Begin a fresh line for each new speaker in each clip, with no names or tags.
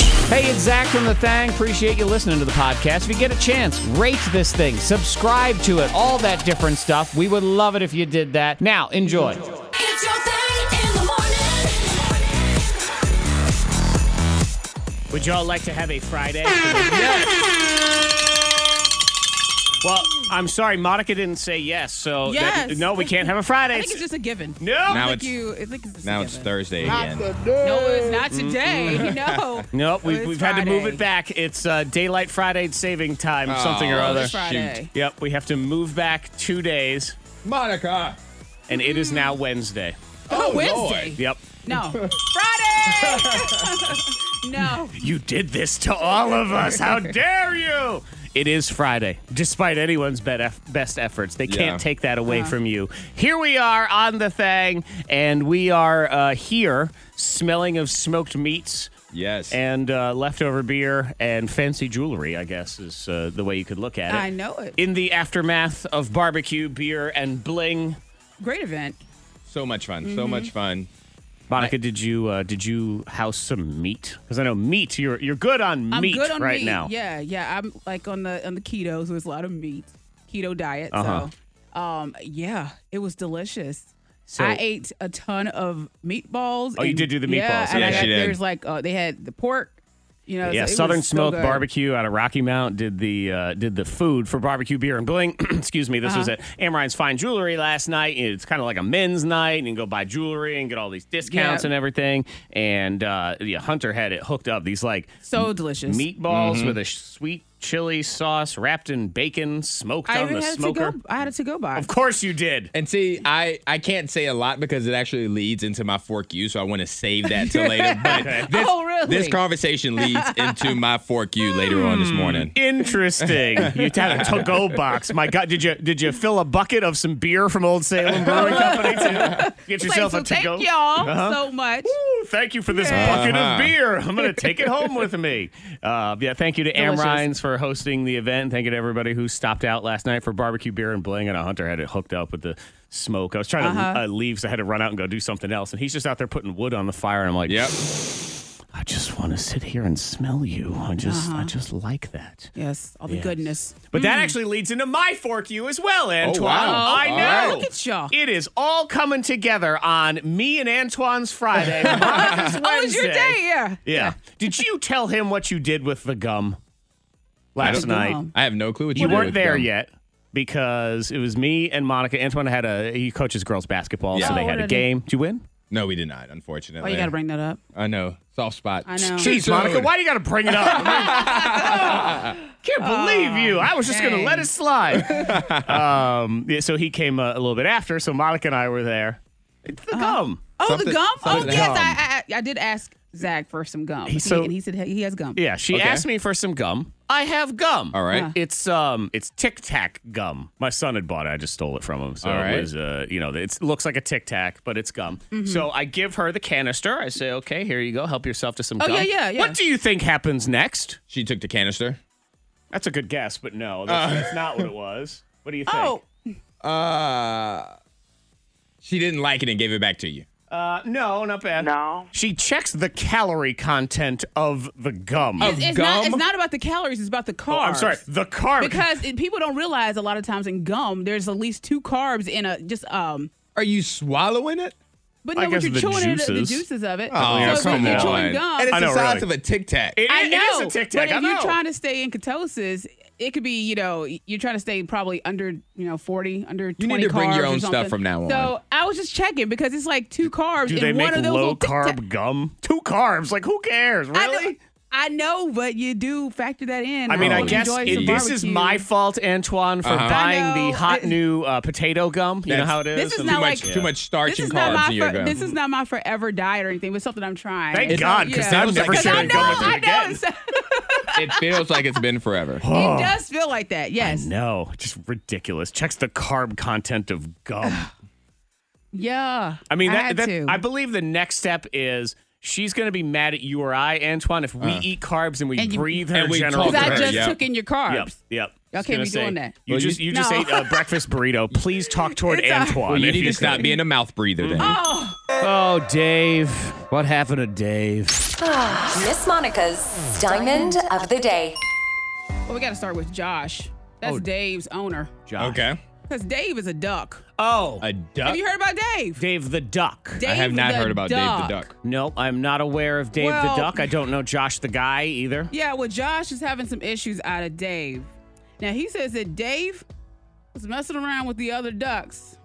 Hey, it's Zach from The Thang. Appreciate you listening to the podcast. If you get a chance, rate this thing, subscribe to it, all that different stuff. We would love it if you did that. Now, enjoy.
It's your thing in the morning.
Would y'all like to have a Friday? Well, I'm sorry, Monica didn't say yes, so that-
Yes.
no, we can't have a Friday.
I think it's just a given.
no.
Now
Like
it's
you, I think it's just a
now it's
given.
Thursday again.
No, it's not today. No.
Nope, we've,
Oh, It's
we've had to move
Friday.
it back. It's uh, daylight Friday saving time, something or
Oh,
other.
It's Friday.
Yep, we have to move back two days,
Monica.
and it
Mm-hmm.
is now Wednesday.
Oh, Wednesday.
Yep.
No. Friday. no.
You did this to all of us. How dare you? It is Friday, despite anyone's bet best efforts. They can't
Yeah.
take that away from you. Here we are on the thing, and we are uh, here smelling of smoked meats
Yes.
and uh, leftover beer and fancy jewelry, I guess, is uh, the way you could look at it.
I know it.
In the aftermath of barbecue, beer, and bling.
Great event.
so much fun. So much fun.
Monica, did you uh, did you house some meat? Because I know meat. You're you're good on
I'm
meat
good on
right
meat.
now.
Yeah, yeah. I'm like on the on the keto, so it's a lot of meat. Keto diet. So, um, yeah, it was delicious.
Uh-huh. So-
I ate a ton of meatballs.
Oh, you
and-
did do the meatballs.
Yeah, and
Yeah,
I got,
she did.
There's like uh, they had the pork. You know, so
Yeah,
it was
Southern
so
Smoke
good.
Barbecue out of Rocky Mount did the uh, did the food for barbecue beer and bling. Excuse me, this was
Uh-huh.
at Amarine's Fine Jewelry last night. It's kind of like a men's night, and you can go buy jewelry and get all these discounts
Yeah.
and everything. And uh, yeah, Hunter had it hooked up. These like
So Mm-hmm. delicious.
meatballs with a sh- sweet chili sauce wrapped in bacon, smoked
I
on
even
the
had
smoker.
a to go. I had a to go box.
Of course you did.
And see, I, I can't say a lot because it actually leads into my fork you, so I want to save that till later. But this,
Oh, really?
this conversation leads into my fork you later on this morning.
Interesting. you had a to-go box. My God, did you did you fill a bucket of some beer from Old Salem Brewing Company to
It's
get
like,
yourself Uh-huh.
so
a to-go?
thank y'all so much.
Ooh, thank you for this
Yeah.
bucket
Uh-huh.
of beer. I'm going to take it home with me. Uh, yeah, thank you to
Delicious.
Amrines for hosting the event. Thank you to everybody who stopped out last night for barbecue beer and bling. And a hunter had it hooked up with the smoke. I was trying to
Uh-huh.
uh, leave, so I had to run out and go do something else. And he's just out there putting wood on the fire. And I'm like,
Yep.
I just want to sit here and smell you. I just,
Uh-huh.
I just like that.
Yes, all the
Yes.
goodness.
But that actually leads into my fork you as well, Antoine.
wow.
I
All
know.
right.
Oh, Look at y'all.
It is all coming together on me and Antoine's Friday. Monica's Wednesday.
Oh, it's your day, yeah.
Yeah. Did you tell him what you did with the gum last
don't-
night?
Gum.
I have no clue what
You
did
weren't
with
there
them.
yet because it was me and Monica. Antoine had a he coaches girls basketball, so
Yeah.
they
Oh,
had a
what did he-
game. Did you win?
No, we did not,
Oh,
unfortunately.
you got to bring that up.
I know. Soft spot.
I know.
Too
Jeez, Monica,
soon.
why do you got to bring it up? I mean, can't believe you. I was just going to
dang.
let it slide. um, yeah, so he came uh, a little bit after, so Monica and I were there. It's the gum.
Oh,
Something-
the gum? Oh,
something-
yes.
Gum.
I, I I did ask Zach for some gum. He,
so-
and he said he has gum.
Yeah, she
Okay.
asked me for some gum. I have gum.
All right. Yeah.
It's um it's Tic Tac gum. My son had bought it. I just stole it from him. So
All
it
right.
was uh you know, it looks like a Tic Tac, but it's gum.
Mm-hmm.
So I give her the canister. I say, "Okay, here you go. Help yourself to some
Oh,
gum."
yeah, yeah, yeah.
What do you think happens next?
She took the canister.
That's a good guess, but no. That's, that's not what it was. What do you think?
Oh,
Uh, she didn't like it and gave it back to you.
Uh, no, not bad. No. She checks the calorie content of the gum.
Of
it's,
gum?
Not, it's not about the calories. It's about the carbs.
Oh, I'm sorry. The carb.
Because it, people don't realize a lot of times in gum, there's at least two carbs in a just um.
Are you swallowing it?
But
I
no, what
guess
you're
the
chewing It, the
juices. Oh,
juices of it.
yeah,
Oh, so if
come
you're
on.
chewing gum,
And it's
I know,
the size
really.
of a Tic Tac.
It-
I
it
know.
is a Tic
But
Tac.
if
I know.
you're trying to stay in ketosis, it could be you know you're trying to stay probably under you know 40, under 20
need to bring your
carbs or
own stuff
something.
from now on.
So I was just checking because it's like two carbs
Do
in
they
one
make
of those
low
little Tic Tac-
carb gum? Two carbs? Like who cares?
I know-
Really?
I know, but you do factor that in.
I mean, I
Oh,
guess
enjoy
it,
some
this is
barbecue.
my fault, Antoine, for
I
buying
know.
the hot
It-
new uh, potato gum. You know
That's-
how it is.
This is
And-
not
too much,
like-
too much starch
This is
and
not
carbs
my
in your
for-
gum.
this is not my forever diet or anything, but something I'm trying.
Thank
It's-
God, because
yeah.
I'm
Sounds
never
like-
sharing
I know,
gum with you
I know.
again.
It's-
it feels like it's been forever.
It does feel like that. Yes.
No, just ridiculous. Checks the carb content of gum.
Yeah.
I mean,
I
that,
had
that-
to.
I believe the next step is she's going to be mad at you or I, Antoine, if we eat carbs and we
And you-
breathe her
And we
general
talk
Because
to
I
her,
just
yeah.
took in your carbs.
Yep, yep.
Y'all
gonna
can't be
say,
doing that.
You
Well,
just you,
you-
just
No.
ate a breakfast burrito. Please talk toward
It's a-
Antoine.
Well, you
if
need to stop
could.
being a mouth breather then.
Oh, Dave. What happened to Dave?
Miss Monica's Diamond of the Day.
Well, we got to start with Josh. That's
Oh.
Dave's owner.
Josh.
Okay.
Because Dave is a duck.
Oh,
A duck.
Have you heard about Dave?
Dave the Duck.
Dave
Uh, I have not
the
heard about Dave the Duck.
Nope, I'm not aware of Dave
Well-
the Duck. I don't know Josh the guy either.
Yeah, well, Josh is having some issues out of Dave. Now, he says that Dave was messing around with the other ducks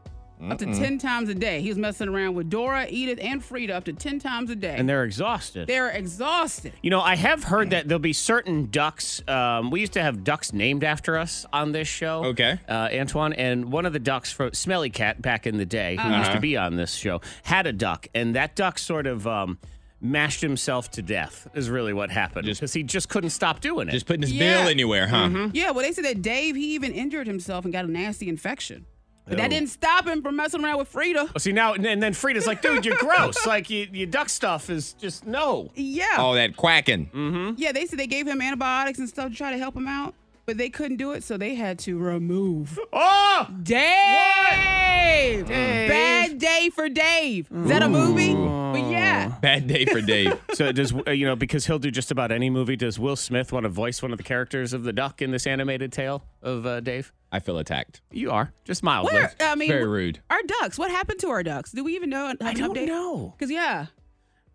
up to 10 times a day. He was messing around with Dora, Edith, and Frida up to 10 times a day.
And they're exhausted.
they're exhausted.
You know, I have heard
Mm.
that there'll be certain ducks. Um, we used to have ducks named after us on this show.
Okay.
Uh, Antoine and one of the ducks from Smelly Cat back in the day, who used to
Uh-huh.
be on this show, had a duck, and that duck sort of um, mashed himself to death. Is really what happened
Just-
because he just couldn't stop doing it.
Just putting his
Yeah. Mm-hmm.
bill anywhere, huh?
Yeah, well, they said that Dave, he even injured himself and got a nasty infection. But that didn't stop him from messing around with Frida.
Oh, See now, and then- then Frida's like, "Dude, you're gross. Like, you, your duck stuff is just no."
Yeah.
All Oh, that quacking.
Yeah, they said they gave him antibiotics and stuff to try to help him out, but they couldn't do it, so they had to remove
Oh,
Dave. Bad day for Dave. Is that a movie? But yeah.
Bad day for Dave.
so does uh, you know because he'll do just about any movie. Does Will Smith want to voice one of the characters of the duck in this animated tale of uh, Dave?
I feel attacked.
You are just mildly.
Where, I mean,
Very rude.
Our ducks. What happened to our ducks? Do we even know?
I don't know.
Because yeah,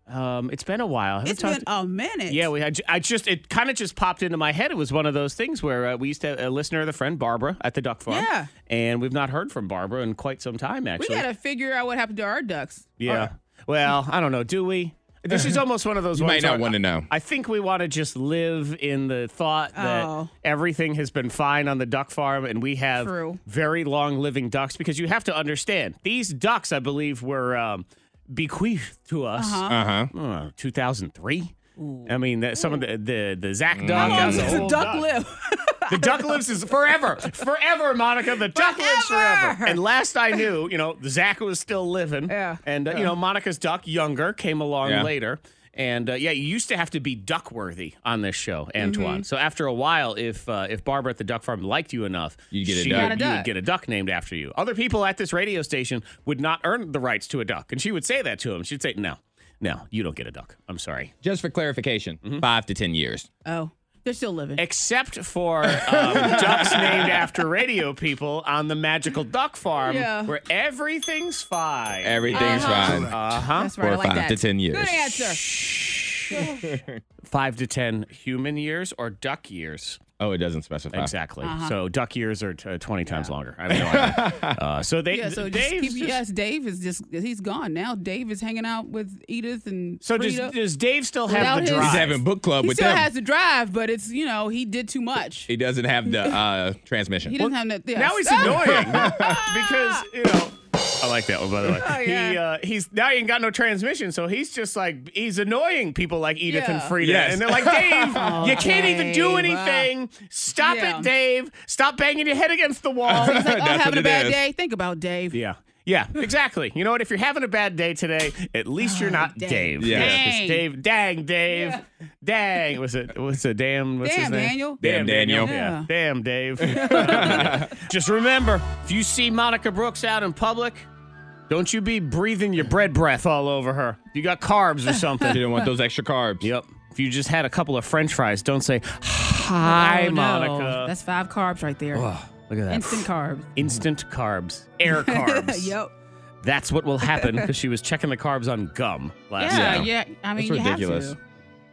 Um, it's been a while. I haven't
it's been
talked-
a minute.
yeah, we had. I just it kind of just popped into my head. It was one of those things where uh, we used to have a listener, the friend Barbara at the duck farm.
Yeah.
and we've not heard from Barbara in quite some time.
we
Actually,
gotta figure out what happened to our ducks.
Yeah.
Or-
well, I don't know. Do we? This is almost one of those.
You might
ones
not
where
wanna know.
I think we want to just live in the thought that
Oh.
everything has been fine on the duck farm, and we have
True.
very long living ducks. Because you have to understand, these ducks, I believe, were um, bequeathed to us.
Uh-huh.
Uh huh.
Uh, 2003. I mean, that, some of the the, the Zach
Mm.
duck.
How long
that's
does
an
Oh, a
old
duck live?
the duck lives is forever, forever, Monica. The duck lives forever.
Forever.
And last I knew, you know, Zach was still living.
Yeah.
And uh, you know, Monica's duck, younger, came along
Yeah.
later. And uh, yeah, you used to have to be duck worthy on this show, Antoine.
Mm-hmm.
So after a while, if uh, if Barbara at the duck farm liked you enough,
You'd get a
she
duck.
would-
Got a
you would
duck.
get a duck named after you. Other people at this radio station would not earn the rights to a duck, and she would say that to him. She'd say, "No, no, you don't get a duck. I'm sorry."
Just for clarification, five to ten years.
oh, they're still living.
except for um, ducks named after radio people on the magical duck farm
Yeah.
where everything's fine.
Everything's fine.
uh-huh.
That's right. I
Or
like
five
that.
to 10 years.
Good answer.
Five to 10 human years or duck years.
Oh, it doesn't specify.
Exactly.
Uh-huh.
So duck years are t- 20 times longer. I have no idea. uh, so they,
Yeah, so just
Dave's
keep.
just-
yes, Dave is just. He's gone now. Dave is hanging out with Edith and.
So does,
Frida.
does Dave still have
Without
the
his-
drive?
He's having book club
he
with
still
them.
has to drive, but it's you know he did too much.
he doesn't have the uh, transmission.
He doesn't have that. Yes.
Now he's annoying because you know. I like that one by the way. He
Oh, yeah.
uh, he's now he ain't got no transmission, so he's just like he's annoying people like Edith and
Yeah.
Frida,
Yes.
and they're like Dave, you can't even do
Dave, uh,
anything. Stop
Yeah.
it, Dave. Stop banging your head against the wall.
He's like, oh,
That's
having
what
a
it
bad
is.
day. Think about Dave.
yeah. Yeah, exactly. You know what? If you're having a bad day today, at least you're not
Dave.
Dave.
Yeah.
Yeah, 'cause
Oh, Dang.
Dave. Dang, Dave. Dang. Was it? What's it? Damn. What's his
Damn,
name?
Daniel.
Damn, Daniel.
Yeah.
Yeah.
Damn, Dave. Just remember, if you see Monica Brooks out in public, don't you be breathing your bread breath all over her. You got carbs or
She
something.
didn't want those extra carbs.
yep. If you just had a couple of french fries, don't say, Hi,
Oh, no.
Monica.
That's five carbs right there.
Look at that.
Instant carbs.
Instant carbs. Air carbs.
yep.
That's what will happen because she was checking the carbs on gum last night.
Yeah, yeah. I mean,
That's
you
ridiculous.
have to.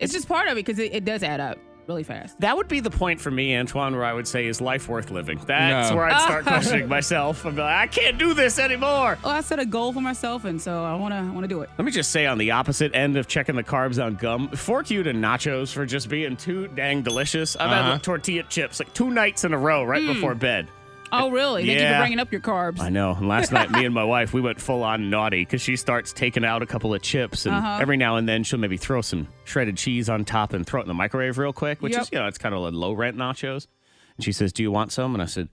It's just part of it because it, it does add up really fast.
That would be the point for me, Antoine, where I would say, is life worth living? That's
No.
where I'd start questioning myself. I'd be like, I can't do this anymore.
Well, Oh, I set a goal for myself, and so I wanna I wanna do it.
Let me just say on the opposite end of checking the carbs on gum, fork you to nachos for just being too dang delicious. I've had
Uh-huh. Hmm.
the tortilla chips like two nights in a row right before bed.
Oh, really? Thank you
Yeah.
for bringing up your carbs.
I know. And last night, me and my wife, we went full on naughty because she starts taking out a couple of chips, and every now and then she'll maybe throw some shredded cheese on top and throw it in the microwave real quick, which
Yep.
is you know it's kind of like low rent nachos. And she says, "Do you want some?" And I said,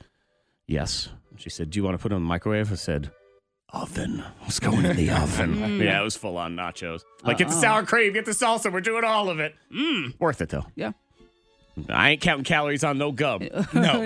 "Yes." And she said, "Do you want to put it in the microwave?" I said. Oven. It's going in the oven. Yeah, it was full on nachos. Like, get the sour cream, get the salsa. We're doing all of it. Mm. Worth it, though.
Yeah.
I ain't counting calories on no gum.
No,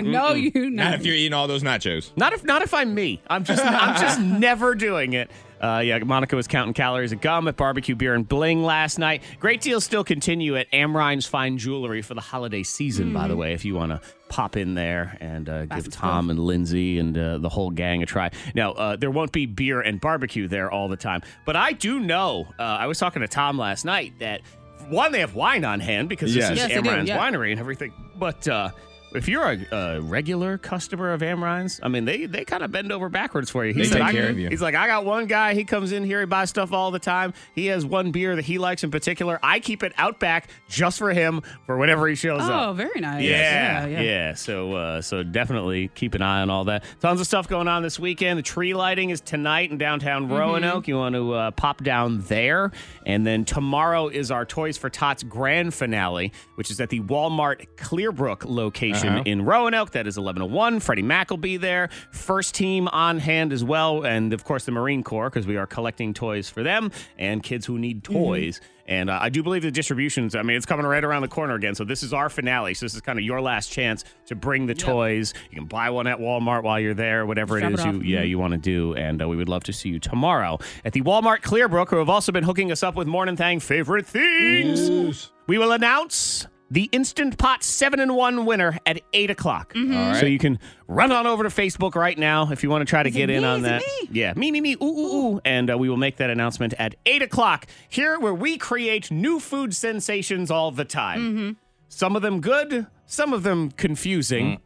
no, you
not
not.
if you're eating all those nachos.
Not if not if I'm me. I'm just I'm just never doing it. Uh, yeah, Monica was counting calories of gum at barbecue beer and bling last night. Great deals still continue at Amrine's Fine Jewelry for the holiday season. By the way, if you want to pop in there and uh, give Tom and Lindsay and uh, the whole gang a try. Now uh, there won't be beer and barbecue there all the time, but I do know. Uh, I was talking to Tom last night that one they have wine on hand because
Yes.
this is
Yes, they do,
Amrine's
yeah.
wine winery and everything. But uh, if you're a, a regular customer of Amrine's, I mean, they they kind of bend over backwards for you. He
They take
I,
care of you.
He's like, I got one guy. He comes in here. He buys stuff all the time. He has one beer that he likes in particular. I keep it out back just for him for whenever he shows
Oh,
up.
very nice.
Yeah, yeah, So, uh, so definitely keep an eye on all that. Tons of stuff going on this weekend. The tree lighting is tonight in downtown Roanoke. You want to uh, pop down there, and then tomorrow is our Toys for Tots grand finale, which is at the Walmart Clearbrook location in Roanoke. That is 1101. Freddie Mac will be there. First team on hand as well, and of course the Marine Corps because we are collecting toys for them and kids who need toys. And uh, I do believe the distributions, I mean, it's coming right around the corner again. So this is our finale. So this is kind of your last chance to bring the toys. You can buy one at Walmart while you're there, whatever
Drop
it
it
is you,
off. Mm-hmm.
yeah, you want to do. And uh, we would love to see you tomorrow at the Walmart Clearbrook, who have also been hooking us up with Morning Thang favorite things. We will announce the Instant Pot 7 and 1 winner at 8 o'clock.
Mm-hmm.
All right.
So you can run on over to Facebook right now if you want to try to get in
me?
on
Is it
that.
me?
Yeah, me, me, me, ooh, ooh, ooh. And uh, we will make that announcement at 8 o'clock here where we create new food sensations all the time. Some of them good, some of them confusing.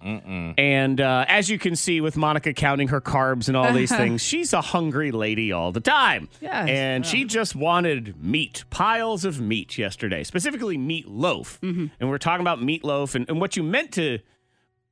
And uh, as you can see with Monica counting her carbs and all these things, she's a hungry lady all the time.
Yes.
And she just wanted meat, piles of meat yesterday, specifically meatloaf.
Mm-hmm.
And we're talking about meatloaf and, and what you meant to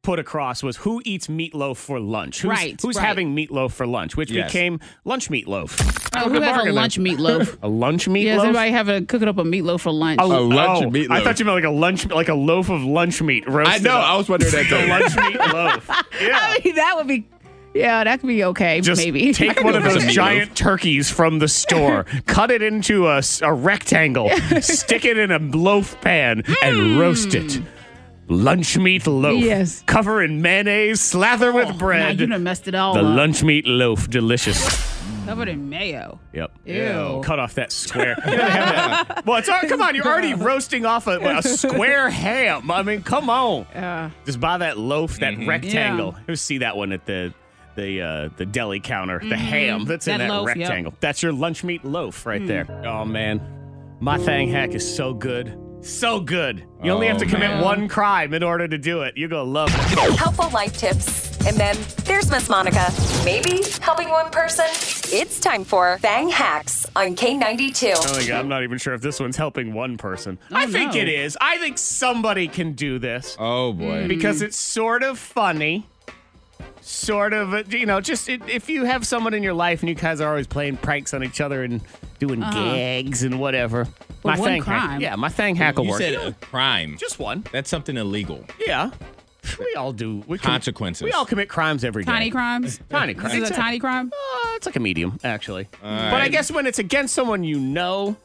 put across was who eats meatloaf for lunch? Who's,
Right,
Who's
right.
having meatloaf for lunch? Which
Yes.
became lunch meatloaf.
Oh, who
Good
has a
bargain there.
lunch meatloaf?
A lunch meatloaf?
Yeah, does anybody have a cooking up a meatloaf for lunch?
A lunch meatloaf.
Oh, I thought you meant like a lunch, like a loaf of lunch meat
I
roasted.
know.
up.
I was wondering that
a
too.
lunch meatloaf. Yeah.
I mean, that would be, yeah, that could be okay,
Just
maybe.
take one of
with
those
some meatloaf.
giant turkeys from the store, cut it into a, s- a rectangle, stick it in a loaf pan, and roast it. Lunch meat loaf.
Mm. Yes.
Cover in mayonnaise, slather with
Nah,
bread.
you done messed it all
the
up.
lunch meat loaf, delicious.
Covered in mayo.
Yep.
Ew.
Cut off that square. You gotta have that. Well, it's all, come on. You're already roasting off a, a square ham. I mean, come on. Just buy that loaf, that rectangle. You see that one at the the uh, the deli counter. The ham that's in
Mm-hmm. That
that
loaf, yep. Hmm.
rectangle. That's your lunch meat loaf right there. Oh man, my thang hack is so good. So good. You only have to
Oh,
commit
man.
one crime in order to do it. You're gonna love it.
Helpful life tips. And then there's Miss Monica. Maybe helping one person. It's time for Bang Hacks on K92.
Oh my God, I'm not even sure if this one's helping one person. I
Oh,
think
no.
it is. I think somebody can do this.
Oh boy.
Mm.
because it's sort of funny sort of uh, you know just it, if you have someone in your life and you guys are always playing pranks on each other and doing gags and whatever my
Uh-huh. one
thing hack,
crime.
yeah my thing hack will
You
work
said a crime.
just one
That's something illegal.
yeah we all do we com-
Consequences.
we all commit crimes every day.
Tiny crimes.
tiny
This
crimes
is a tiny crime.
uh, it's like a medium actually but
right.
i guess when it's against someone you know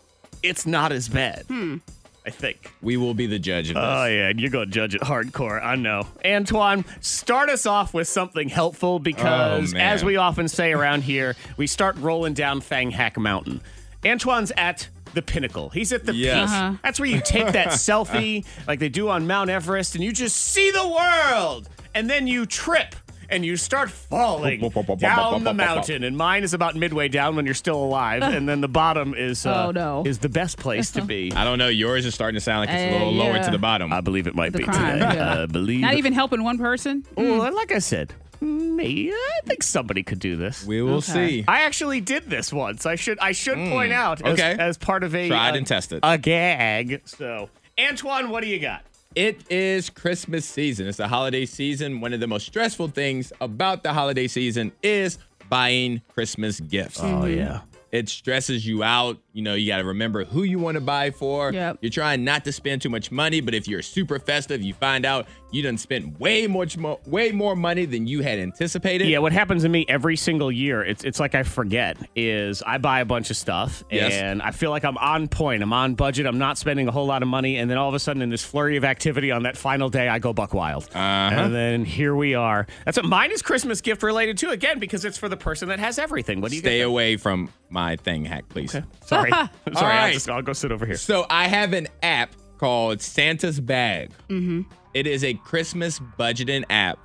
it's not as bad
Hmm.
i think
We will be the judge of this.
Oh yeah, and you're gonna judge it hardcore. I know. Antoine, start us off with something helpful because,
Oh, man.
as we often say around here, we start rolling down Fang Hack Mountain. Antoine's at the pinnacle. He's at the
Yes.
peak.
Uh-huh.
That's where you take that selfie like they do on Mount Everest, and you just see the world, and then you trip. And you start falling down the mountain, and mine is about midway down when you're still alive, and then the bottom is uh,
Oh, no.
is the best place to be.
I don't know. Yours is starting to sound like it's a
Uh,
little lower
yeah.
to the bottom.
I believe it might
The
be
crime,
today.
yeah.
I believe
Not even helping one person.
Well, like I said, me. I think somebody could do this.
we will see.
I actually did this once. I should. I should point out as,
okay.
as part of a
Tried
uh,
and tested.
a gag. So, Antoine, what do you got?
It is Christmas season. It's the holiday season. One of the most stressful things about the holiday season is buying Christmas gifts.
Oh yeah.
It stresses you out. You know, you got to remember who you want to buy for.
Yep.
You're trying not to spend too much money, but if you're super festive, you find out you done spent way much more, way more money than you had anticipated.
Yeah, what happens to me every single year, it's it's like I forget, is I buy a bunch of stuff
Yes.
and I feel like I'm on point, I'm on budget, I'm not spending a whole lot of money, and then all of a sudden in this flurry of activity on that final day, I go buck wild.
Uh-huh.
And then here we are. That's what mine is Christmas gift related too, again, because it's for the person that has everything. What do you
Stay
get?
away from my thing hack, please.
Sorry. Sorry, I'll,
right.
just, I'll go sit over here.
So I have an app called Santa's Bag.
Mm-hmm.
It is a Christmas budgeting app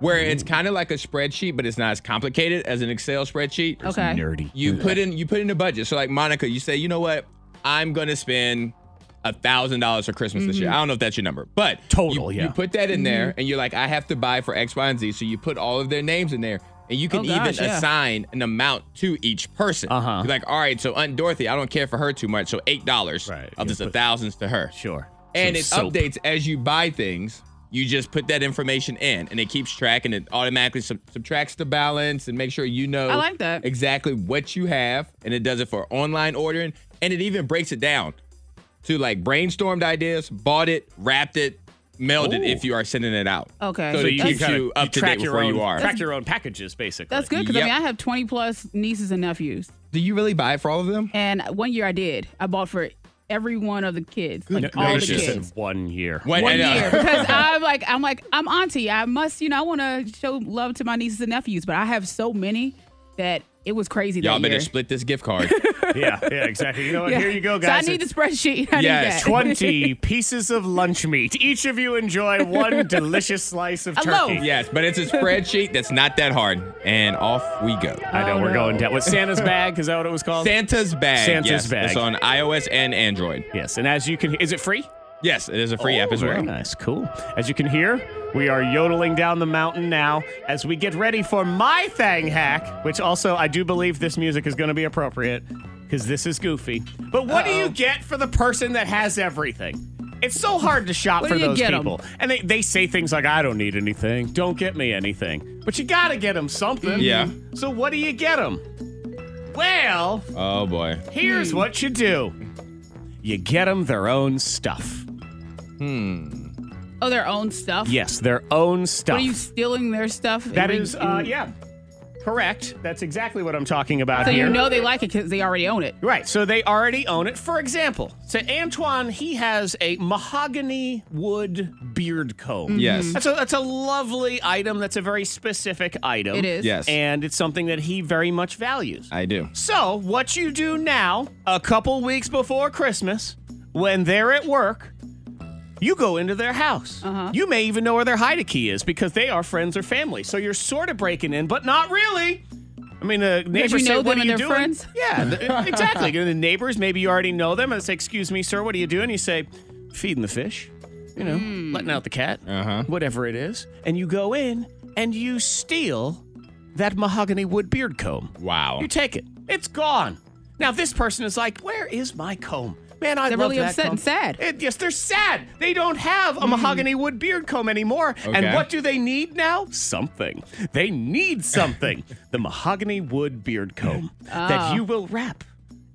where it's kind of like a spreadsheet, but it's not as complicated as an Excel spreadsheet.
Okay.
Nerdy.
You put in you put in a budget. So like Monica, you say, you know what? I'm gonna spend a thousand dollars for Christmas this year. I don't know if that's your number, but
Mm-hmm. Total,
you,
yeah. Mm-hmm.
You put that in there, and you're like, I have to buy for X, Y, and Z. So you put all of their names in there, and you can
Oh,
even
gosh, yeah.
assign an amount to each person.
Uh-huh.
You're like, all right, so Aunt Dorothy, I don't care for her too much, so eight dollars
Right,
of
you
this a
put-
thousands to her.
Sure.
And
Some
it
soap.
updates as you buy things. You just put that information in, and it keeps track, and it automatically sub- subtracts the balance, and make sure you know
I like that.
exactly what you have, and it does it for online ordering, and it even breaks it down to like brainstormed ideas, bought it, wrapped it, mailed it
Ooh.
if you are sending it out.
Okay.
so,
So
it
you
keeps
kinda-
you up to
track
date with
your
where
own-
you are.
Track your own packages, basically.
That's good because I
Yep.
mean I have 20 plus nieces and nephews,
Do you really buy it for all of them?
and one year I did. I bought for every one of the kids,
No,
like all the
it's just in
kids.
one year.
Wait,
One
and, uh,
year because I'm like I'm like I'm auntie. I must you know I want to show love to my nieces and nephews, but I have so many that it was crazy.
Y'all
that
better
year.
split this gift card.
Yeah, yeah, exactly. You know what?
Yeah.
Here you go,
So
guys.
I need
It's-
the spreadsheet. I
Yes,
need that.
20 pieces of lunch meat. Each of you enjoy one delicious slice of
A loaf.
turkey.
yes, but it's a spreadsheet that's not that hard. And off we go.
I know
Oh,
we're
no.
going down. With Santa's bag, is that what it was called?
Santa's bag.
Santa's
yes,
bag.
It's on iOS and Android.
yes, and as you can is it free?
Yes, it is a free app as
Oh,
well.
Very nice, cool. As you can hear, we are yodeling down the mountain now as we get ready for my thang hack, which also I do believe this music is going to be appropriate because this is goofy. But what do you get for the person that has everything? It's so hard to shop
What
for
do you
those
get 'em?
people. And they, they say things like, I don't need anything. Don't get me anything. But you got to get them something.
Yeah.
So what do you get them? Well,
Oh boy.
Here's
Hmm.
what you do you get them their own stuff.
Oh, their own stuff.
Yes, their own stuff.
What are you stealing their stuff?
that
and-
is, uh, yeah, correct. That's exactly what I'm talking about
So
here.
you know they like it because they already own it.
Right, so they already own it. For example, so Antoine, he has a mahogany wood beard
Mm-hmm.
comb.
Yes.
That's a, that's a lovely item. That's a very specific item.
It is.
Yes.
And it's something that he very much values.
I do.
So, what you do now, a couple weeks before Christmas, when they're at work, you go into their house.
Uh-huh.
You may even know where their hide key is because they are friends or family. So you're sort of breaking in, but not really. I mean, the neighbors
you
say,
know
"What
them and
are you
they're
doing?"
friends?
Yeah, th- exactly. You know, the neighbors, maybe you already know them, and they say, "Excuse me, sir, what are you doing?" You say, "Feeding the fish," you know,
Hmm.
letting out the cat,
Uh-huh.
whatever it is, and you go in and you steal that mahogany wood beard comb.
Wow.
You take it. It's gone. Now this person is like, "Where is my comb?" Man, I
They're
love
really
that
upset
comb."
and sad.
It- yes, they're sad. They don't have a mahogany wood beard comb anymore. And
Hmm. Okay.
what do they need now? Something. They need something. the mahogany wood beard comb
Ah.
that you will wrap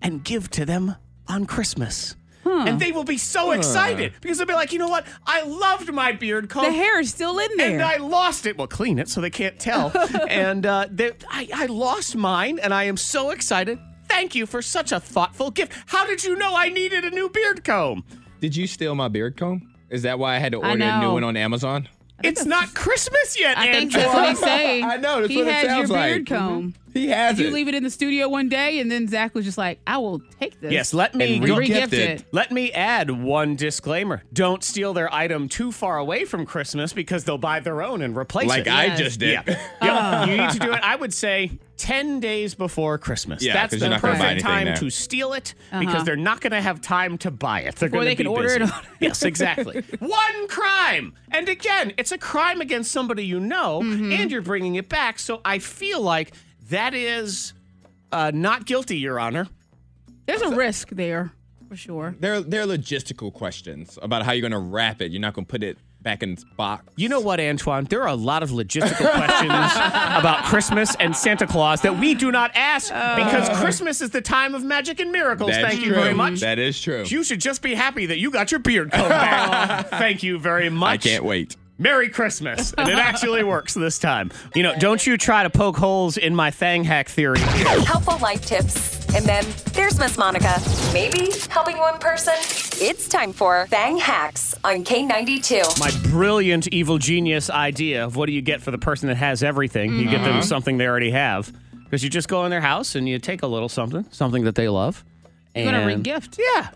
and give to them on Christmas. And they will be so excited because they'll be like, you know what? I loved my beard comb.
The hair is still in there.
And I lost it. Well, clean it so they can't tell. and uh, they, I, I lost mine, and I am so excited. Thank you for such a thoughtful gift. How did you know I needed a new beard comb?
Did you steal my beard comb? Is that why I had to
I
order a new
know.
one on Amazon?
It's not Christmas yet,
I think
Antoine.
that's what he's saying.
I know, that's
he
what it
has
sounds
your
like.
beard comb.
He has
You leave it in the studio one day, and then Zach was just like, "I will take this."
Yes, let me
and
go-
re-gift
Gift it.
it.
Let me add one disclaimer. Don't steal their item too far away from Christmas because they'll buy their own and replace
like
it.
I
Yes. Ah.
just did.
Yeah. Yeah, you need to do it. I would say 10 days before Christmas.
Yeah,
That's
'cause you're
the
not gonna buy
perfect
anything
time
there.
to steal it because they're not going to have time to buy it. They're
Before
going to
Uh-huh. they can order
be
it
busy.
on-
yes, exactly. One crime. And again, it's a crime against somebody you know
Mm-hmm.
and you're bringing it back. So I feel like that is uh, not guilty, Your Honor.
There's a risk there for sure.
There, there are logistical questions about how you're going to wrap it. You're not going to put it back in its box.
You know what, Antoine? There are a lot of logistical questions about Christmas and Santa Claus that we do not ask because Christmas is the time of magic and miracles.
That's
Thank you
true.
very much.
That is true.
You should just be happy that you got your beard combed back. Thank you very much.
I can't wait.
Merry Christmas. And it actually works this time. You know, don't you try to poke holes in my thang hack theory.
Helpful life tips. And then there's Miss Monica. Maybe helping one person. It's time for Bang Hacks on K92.
My brilliant evil genius idea of what do you get for the person that has everything? You get them something they already have. Because you just go in their house and you take a little something, something that they love.
You're gonna
and-
re-gift.
Yeah.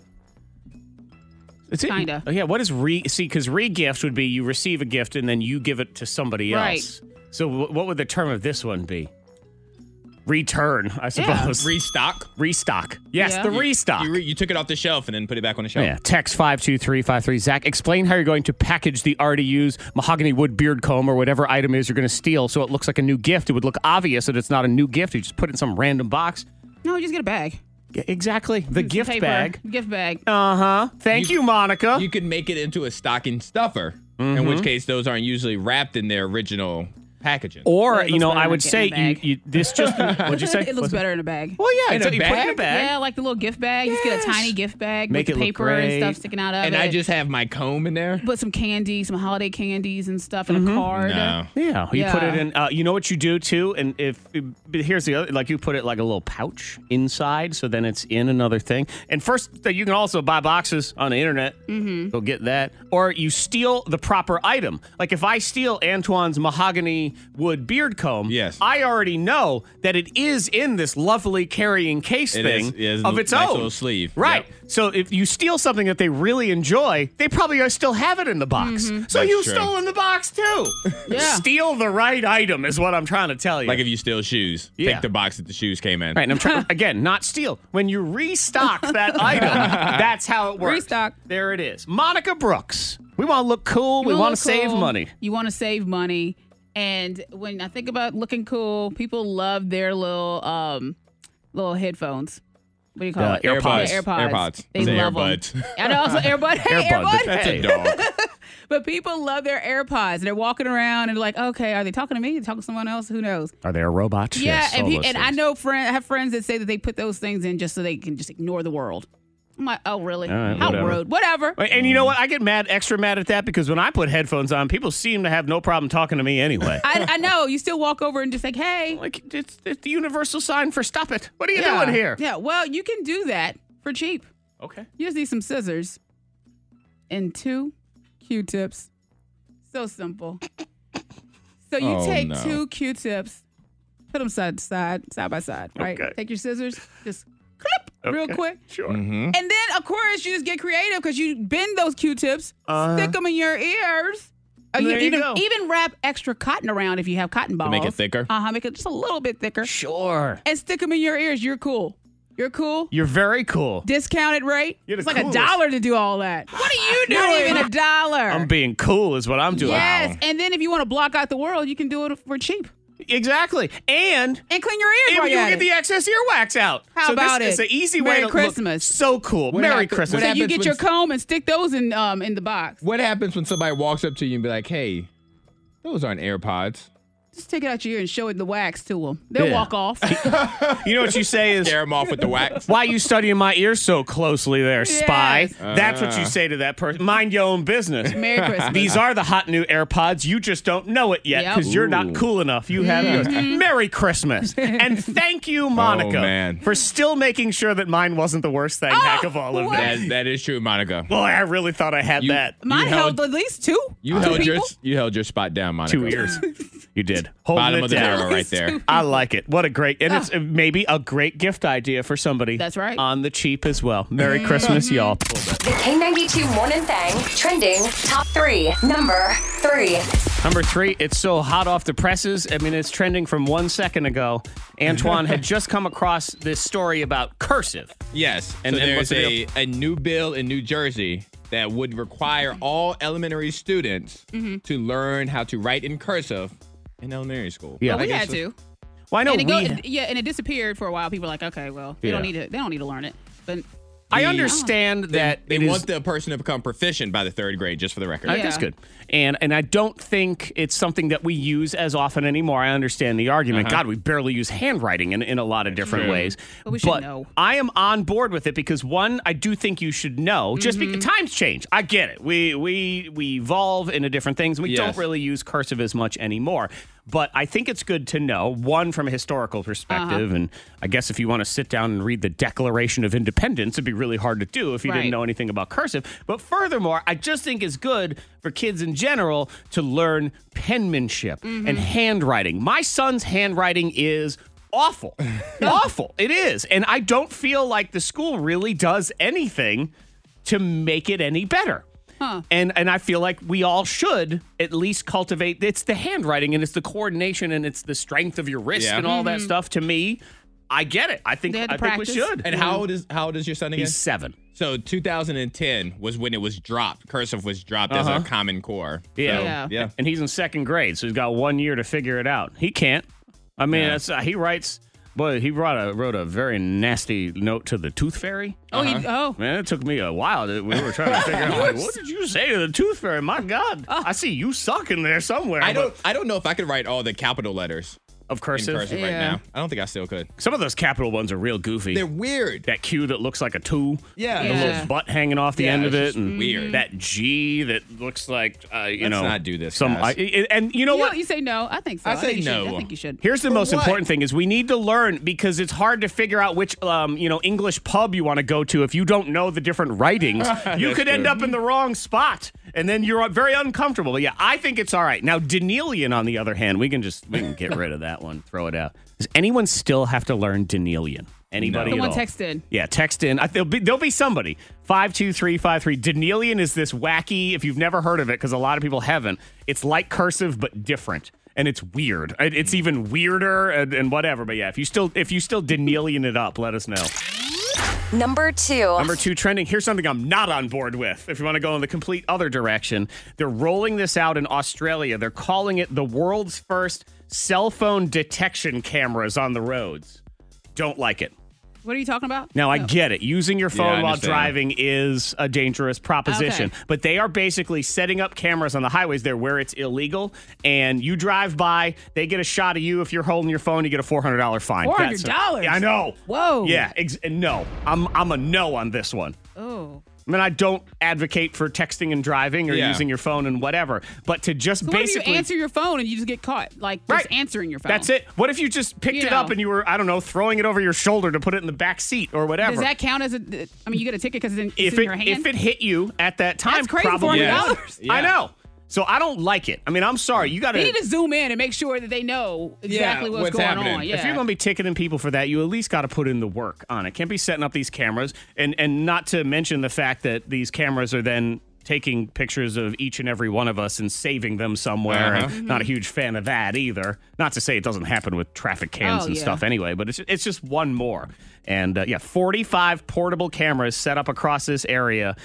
It's it. Oh,
Kinda.
Yeah. What is re? See, because re-gift would be you receive a gift and then you give it to somebody
Right.
else. So w- what would the term of this one be? Return, I suppose.
Restock.
restock. Yes,
Yeah.
the
You-
restock.
You, re- you took it off the shelf and then put it back on the shelf.
Oh, yeah. Text five two three five three. Zach, explain how you're going to package the already used mahogany wood beard comb or whatever item is you're going to steal, so it looks like a new gift. It would look obvious that it's not a new gift. You just put it in some random box.
No, you just get a bag.
Yeah, exactly. The
It's a
gift
paper
bag.
Gift bag.
Uh huh. Thank you, Monica.
You could make it into a stocking stuffer, in
Mm-hmm.
which case those aren't usually wrapped in their original packaging.
Or
it
you
looks
know,
better
I
than
would
getting
say
a
you,
bag.
you this just what'd you say?
it looks better in a bag.
Well, yeah,
In
so
a
you put it in a
bag?
bag.
Yeah, like the little gift bag. You just get a tiny
Yes.
gift bag
Make
with
it look
paper and
great.
stuff sticking out of
and
it.
I just have my comb in there.
put some candy, some holiday candies and stuff, and
Mm-hmm.
a card.
No.
Yeah, you put it
Yeah.
in. Uh, you know what you do too, and if but here's the other, like you put it like a little pouch inside, so then it's in another thing. And first, that you can also buy boxes on the internet. Mm-hmm. Go get that, or you steal the proper item. Like if I steal Antoine's mahogany wood beard comb,
Yes.
I already know that it is in this lovely carrying case
It
thing
is- it is
of
a
its
nice
own
little sleeve.
right?
Yep.
So if you steal something that they really enjoy, they probably are- still have it in the box. So
That's
you've
true.
stolen the box too.
Mm-hmm. Yeah.
Steal the right item is what I'm trying to tell you.
Like if you steal shoes,
Yeah.
take the box that the shoes came in.
right, and I'm trying again, not steal. When you restock that item, that's how it works.
Restock.
There it is. Monica Brooks. We want to look cool.
You
we
wanna
want
look
to save
cool,
money.
You want to save money. And when I think about looking cool, people love their little um little headphones. What do you call
Uh,
it?
AirPods.
Yeah, AirPods.
AirPods.
They
It's an
love
earbud.
them. And also Airbud. Hey,
Airbud.
Airbud.
That's
Hey.
a dog.
But people love their AirPods. They're walking around and like, okay, are they talking to me? Are they talking to someone else? Who knows?
Are there robots?
Yeah, and, pe- and I know friend, I have friends that say that they put those things in just so they can just ignore the world. I'm like, oh really?
All right,
How
whatever.
rude. Whatever.
Wait, And you know what? I get mad, extra mad at that because when I put headphones on, people seem to have no problem talking to me anyway.
I, I know. You still walk over and just like, hey.
like it's, it's the universal sign for stop it. What are you
yeah.
doing here?
Yeah, well, you can do that for cheap.
Okay.
You just need some scissors and two Q tips. So simple. So you
Oh,
take
no.
two Q tips, put them side to side, side by side, right?
Okay.
Take your scissors, just clip real
Okay.
quick.
Sure.
And then, of course, you just get creative because you bend those Q tips,
Uh-huh.
stick them in your ears. Uh,
There you
even,
go.
even wrap extra cotton around if you have cotton balls.
make it thicker?
Uh huh. Make it just a little bit thicker.
Sure.
And stick them in your ears. You're cool. You're cool
You're very cool.
discounted rate.
You're the
It's like
coolest.
a dollar to do all that. What are you doing? Not even a dollar.
I'm being cool is what I'm doing.
yes, and then if you want to block out the world, you can do it for cheap
Exactly. And
and clean your ears.
if
while
you
you're at
get the
it.
excess earwax out.
How
so
about
this It's
it?
an easy way
Merry
to look
Christmas.
so cool. Merry
happened-
Christmas.
what
so you
happens
get
when-
your comb and stick those in um in the box.
What happens when somebody walks up to you and be like, "Hey, those aren't AirPods"?
Just take it out your ear and show it the wax to them. They'll
Yeah.
walk off.
You know what you say is
Scare them off with the wax.
why you studying my ears so closely there, spy?
Yes. Uh.
That's what you say to that person. Mind your own business.
Merry Christmas.
These are the hot new AirPods. You just don't know it yet
Yep. Mm-hmm.
because you're not
Ooh.
cool enough. You have yours. Merry Christmas. and thank you, Monica,
Oh, man.
for still making sure that mine wasn't the worst thing hack of all of
Oh, what?
that.
That, that is true, Monica.
Boy, I really thought I had
You-
that.
Mine
You
held,
held-
at least two.
You
Two
held your
people?
you held your spot down, Monica.
Two years. you did. Holding
Bottom
it
of the
down.
barrel, right there.
I like it. What a great, and it's maybe a great gift idea for somebody.
Ah. That's right. Mm.
On the cheap as well. Merry Christmas, y'all.
The K92 Morning Thang trending top three. Number three.
Number three, it's so hot off the presses. I mean, it's trending from one second ago. Antoine had just come across this story about cursive.
Yes,
And-
and
and what's
there's
the
a, a new bill in New Jersey that would require
Mm-hmm.
all elementary students to learn how to write in cursive in elementary school.
Yeah.
But Oh, we
Like,
had
it's just-
to.
Well, I know
and it go,
we.
yeah, and it disappeared for a while. People were like, okay, well, they don't
Yeah.
need to. They don't need to learn it. But
I
the-
understand that
They
it is-
want the person to become proficient by the third grade, just for the record.
I-
Yeah.
That's good. And and I don't think it's something that we use as often anymore. I understand the argument.
Uh-huh.
God, we barely use handwriting in, in a lot of different ways.
But we should know.
I am on board with it because one, I do think you should know. Just
Mm-hmm.
because times change. I get it. We we we evolve into different things. We don't
Yes.
really use cursive as much anymore. But I think it's good to know, one, from a historical perspective. And I guess if you want to sit down and read the Declaration of Independence, it'd be really hard to do if you
Right.
didn't know anything about cursive. But furthermore, I just think it's good for kids in general to learn penmanship and handwriting. My son's handwriting is awful. awful. It is. And I don't feel like the school really does anything to make it any better. And and I feel like we all should at least cultivate it's the handwriting and it's the coordination and it's the strength of your wrist
Yeah.
and all that stuff to me. I get it. I think
Mm-hmm. They
I
had to
think we
practice.
should.
And how old is how old is your son again?
He's 7.
So 2010 was when it was dropped. Cursive was dropped as a Common Core.
Uh-huh. Yeah.
So,
Yeah.
yeah.
and he's in second grade, so he's got one year to figure it out. He can't. I mean,
Yeah.
that's, uh, he writes. Boy, he wrote a wrote a very nasty note to the Tooth Fairy.
Uh-huh.
Oh, you, oh.
Man, it took me a while. To, we were trying to figure out like, what did you say to the Tooth Fairy? My God,
Oh.
I see you suck in there somewhere.
I don't I don't know if I could write all the capital letters
but- of
in
cursive.
cursive right
Yeah.
now. I don't think I still could.
Some of those capital ones are real goofy.
They're weird.
that Q that looks like a two.
Yeah.
the
Yeah.
little butt hanging off the
Yeah,
end
it's
of it,
just
and
weird.
That G that looks like uh, you
Let's
know.
not do this,
Some
guys.
I- and you know
You,
what?
know, you say no. I think so.
I say
think you should.
no.
I think you should.
Here's the
For
most
what?
important thing is we need to learn because it's hard to figure out which um, you know English pub you want to go to if you don't know the different writings. you could end up in the wrong spot and then you're uh, very uncomfortable. But yeah, I think it's all right. Now Denelian on the other hand, we can just we can get rid of that one, throw it out. Does anyone still have to learn Denelian? Anybody?
The
at
one
all?
text in.
Yeah, text in. I, there'll, be, there'll be somebody. 52353. Denelian is this wacky, if you've never heard of it, because a lot of people haven't, it's like cursive, but different. And it's weird. It- It's even weirder and, and whatever. But yeah, if you still if you still Denelian it up, let us know.
Number two.
Number two trending. Here's something I'm not on board with. If you want to go in the complete other direction, they're rolling this out in Australia. They're calling it the world's first cell phone detection cameras on the roads. Don't like it.
What are you talking about?
Now I get it. Using your phone
I
while
understand.
driving is a dangerous proposition,
Okay.
but they are basically setting up cameras on the highways there where it's illegal, and you drive by, they get a shot of you. If you're holding your phone, you get a four hundred dollar fine. That's-
$400?
Yeah, I know.
Whoa.
Yeah. Ex- no, I'm I'm a no on this one.
Oh.
I mean, I don't advocate for texting and driving or
Yeah.
using your phone and whatever, but to just
So what if
basically
you answer your phone and you just get caught, like
Right.
just answering your phone?
That's it. What if you just picked
You
it
know.
up and you were, I don't know, throwing it over your shoulder to put it in the back seat or whatever?
Does that count as a? I mean, you get a ticket because it's, in, it's
if
in
it
your hand.
if it hit you at that time,
That's crazy,
probably
$400.
I know. So I don't like it. I mean, I'm sorry. You got to.
they need to zoom in and make sure that they know exactly what's,
what's
going
happening.
on.
If
Yeah.
If you're going to be ticketing people for that, you at least got to put in the work on it. Can't be setting up these cameras and and not to mention the fact that these cameras are then taking pictures of each and every one of us and saving them somewhere.
Uh-huh.
And Not a huge fan of that either. Not to say it doesn't happen with traffic cams
Oh,
and
yeah.
stuff anyway, but it's it's just one more. And uh, yeah, 45 portable cameras set up across this area.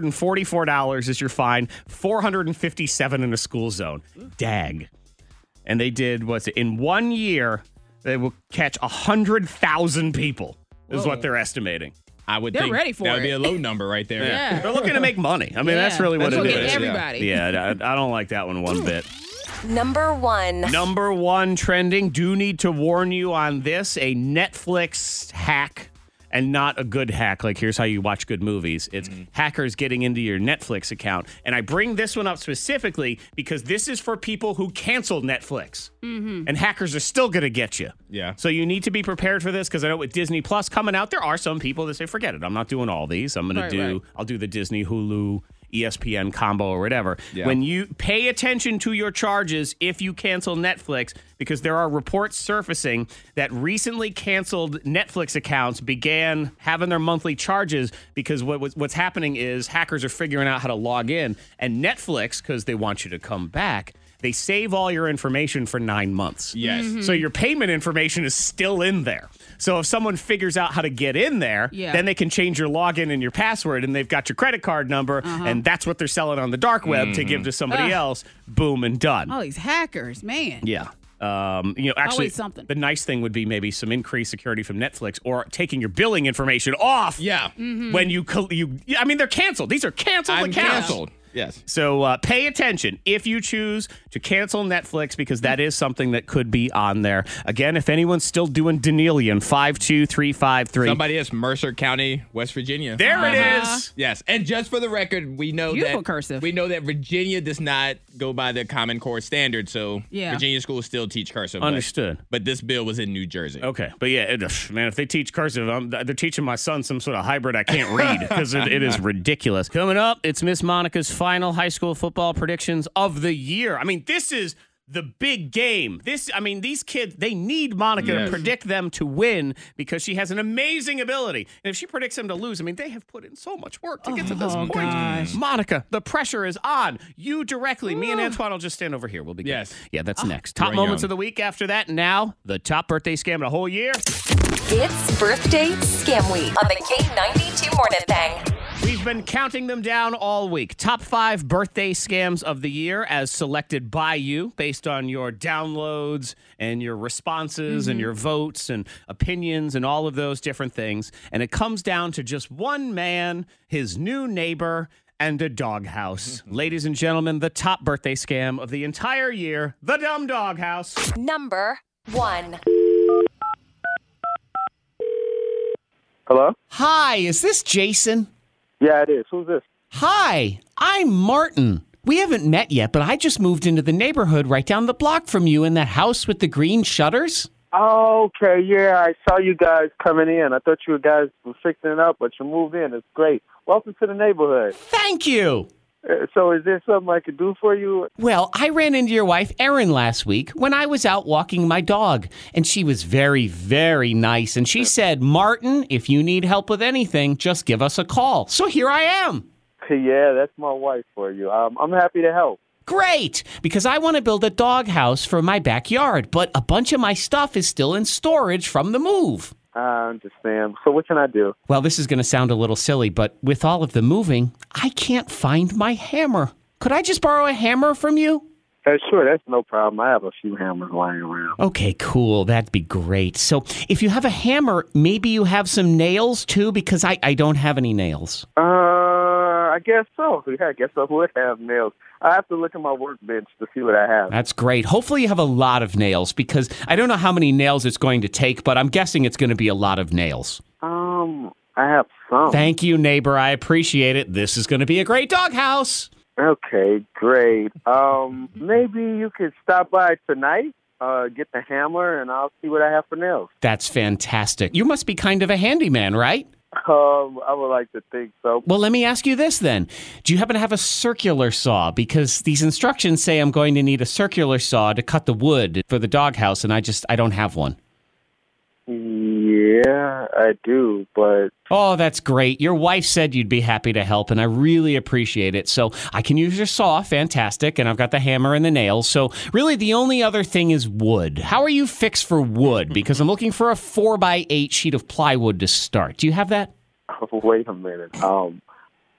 $344 is your fine, 457 in a school zone. Dag and they did what's it in one year they will catch a hundred thousand people is what they're estimating
I would
They're
think
ready for
that would be
it.
a low number right there.
Yeah.
they're looking to make money i mean that's
Eh. Yeah.
really what
That's what
it is.
gets
everybody.
yeah I, I don't like that one one bit
Number one.
number one trending do need to warn you on this a netflix hack and not a good hack like here's how you watch good movies it's
Mm-hmm.
hackers getting into your netflix account and i bring this one up specifically because this is for people who canceled netflix
Mm-hmm.
and hackers are still going to get you
Yeah.
so you need to be prepared for this because i know with disney plus coming out there are some people that say forget it i'm not doing all these i'm going
Right,
to do
right.
i'll do the disney hulu E espn combo or whatever
Yeah.
when you pay attention to your charges if you cancel Netflix because there are reports surfacing that recently canceled Netflix accounts began having their monthly charges because what was, what's happening is hackers are figuring out how to log in and Netflix because they want you to come back they save all your information for 9 months.
Yes.
Mm-hmm.
Mhm.
So your payment information is still in there. So if someone figures out how to get in there,
Yeah.
then they can change your login and your password and they've got your credit card number and that's what they're selling on the dark web to give to somebody
Uh-huh. Mm-hmm. Ugh. Oh,
else boom and done
all these hackers, man.
yeah Um, you know, actually,
something.
the nice thing would be maybe some increased security from Netflix or taking your billing information off.
Yeah.
Mm-hmm.
When you, col- you, yeah, I mean, they're canceled. These are canceled
I'm
accounts.
canceled. Yes.
So uh, pay attention if you choose to cancel Netflix because that is something that could be on there. Again, if anyone's still doing Denelian, 52353.
Somebody is Mercer County, West Virginia.
there it
Uh-huh.
is.
Yes, and just for the record, we know
Beautiful
that
cursive.
we know that Virginia does not go by the Common Core standard, so
Yeah.
Virginia schools still teach cursive. but-
Understood.
But, this bill was in New Jersey.
Okay, but yeah, it, man, if they teach cursive, I'm, they're teaching my son some sort of hybrid I can't read because it, it is ridiculous. Coming up, it's Miss Monica's final high school football predictions of the year. I mean, this is the big game. This, I mean, these kids, they need Monica to predict them to win because she has an amazing ability. And if she predicts them to lose, I mean, they have put in so much work to get to this
Oh,
point.
gosh.
Monica, the pressure is on you directly. Me and Antoine will just stand over here. We'll be good.
Yes.
Yeah,
Ah.
that's next. Top
Ray
moments
Young.
of the week after that. Now, the top birthday scam in a whole year.
It's birthday scam week on the K92 Morning Thing.
We've been counting them down all week. Top five birthday scams of the year as selected by you based on your downloads and your responses and your votes and opinions and all of those different things. And it comes down to just one man, his new neighbor, and a doghouse. Ladies and gentlemen, the top birthday scam of the entire year the dumb doghouse.
Number one.
Hello?
Hi, is this Jason?
Yeah, it is. Who's this?
Hi, I'm Martin. We haven't met yet, but I just moved into the neighborhood right down the block from you in that house with the green shutters.
Okay, yeah, I saw you guys coming in. I thought you guys were fixing it up, but you moved in. It's great. Welcome to the neighborhood.
Thank you.
Uh, So, is there something I could do for you?
Well, I ran into your wife, Erin, last week when I was out walking my dog, and she was very, very nice. And she said, Martin, if you need help with anything, just give us a call. So here I am.
Yeah, that's my wife for you. Um, I'm happy to help.
Great, because I want to build a dog house for my backyard, but a bunch of my stuff is still in storage from the move.
I understand. So, what can I do?
Well, this is going to sound a little silly, but with all of the moving, I can't find my hammer. Could I just borrow a hammer from you?
Uh, sure, that's no problem. I have a few hammers lying around.
Okay, cool. That'd be great. So, if you have a hammer, maybe you have some nails too, because I, I don't have any nails.
Uh, I guess so. Yeah, I guess I would have nails. I have to look at my workbench to see what I have.
That's great. Hopefully, you have a lot of nails, because I don't know how many nails it's going to take, but I'm guessing it's going to be a lot of nails.
Um, I have some.
Thank you, neighbor. I appreciate it. This is going to be a great doghouse.
Okay, great. Um, maybe you could stop by tonight, uh, get the hammer, and I'll see what I have for nails.
That's fantastic. You must be kind of a handyman, right?
Um, I would like to think so.
Well, let me ask you this then. Do you happen to have a circular saw? Because these instructions say I'm going to need a circular saw to cut the wood for the doghouse, and I just I don't have one.
Yeah, I do, but
Oh, that's great. Your wife said you'd be happy to help, and I really appreciate it. So I can use your saw, fantastic, and I've got the hammer and the nails. So really, the only other thing is wood. How are you fixed for wood? Because I'm looking for a four by eight sheet of plywood to start. Do you have that?
wait a minute. Um,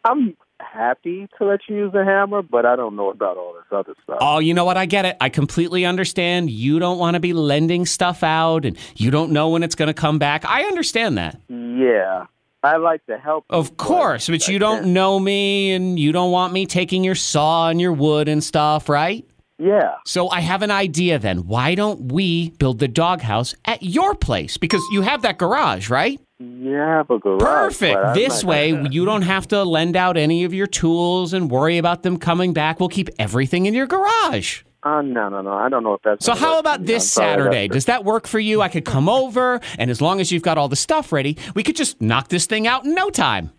I'm happy to let you use the hammer, but I don't know about all this other stuff.
Oh, you know what? I get it. I completely understand. You don't want to be lending stuff out, and you don't know when it's going to come back. I understand that.
yeah, I like to help. you,
Of
but
course, but
I
you don't
can't-
know me, and you don't want me taking your saw and your wood and stuff, right?
Yeah.
So I have an idea then. Why don't we build the doghouse at your place? Because you have that garage, right?
Yeah, I have a garage.
Perfect.
but I'm
this
not-
way, you don't have to lend out any of your tools and worry about them coming back. We'll keep everything in your garage.
Uh, no, no, no. I don't know if that's.
So
gonna
how
work for
about
me.
this
I'm sorry, that's
Saturday?
just-
Does that work for you? I could come over, and as long as you've got all the stuff ready, we could just knock this thing out in no time.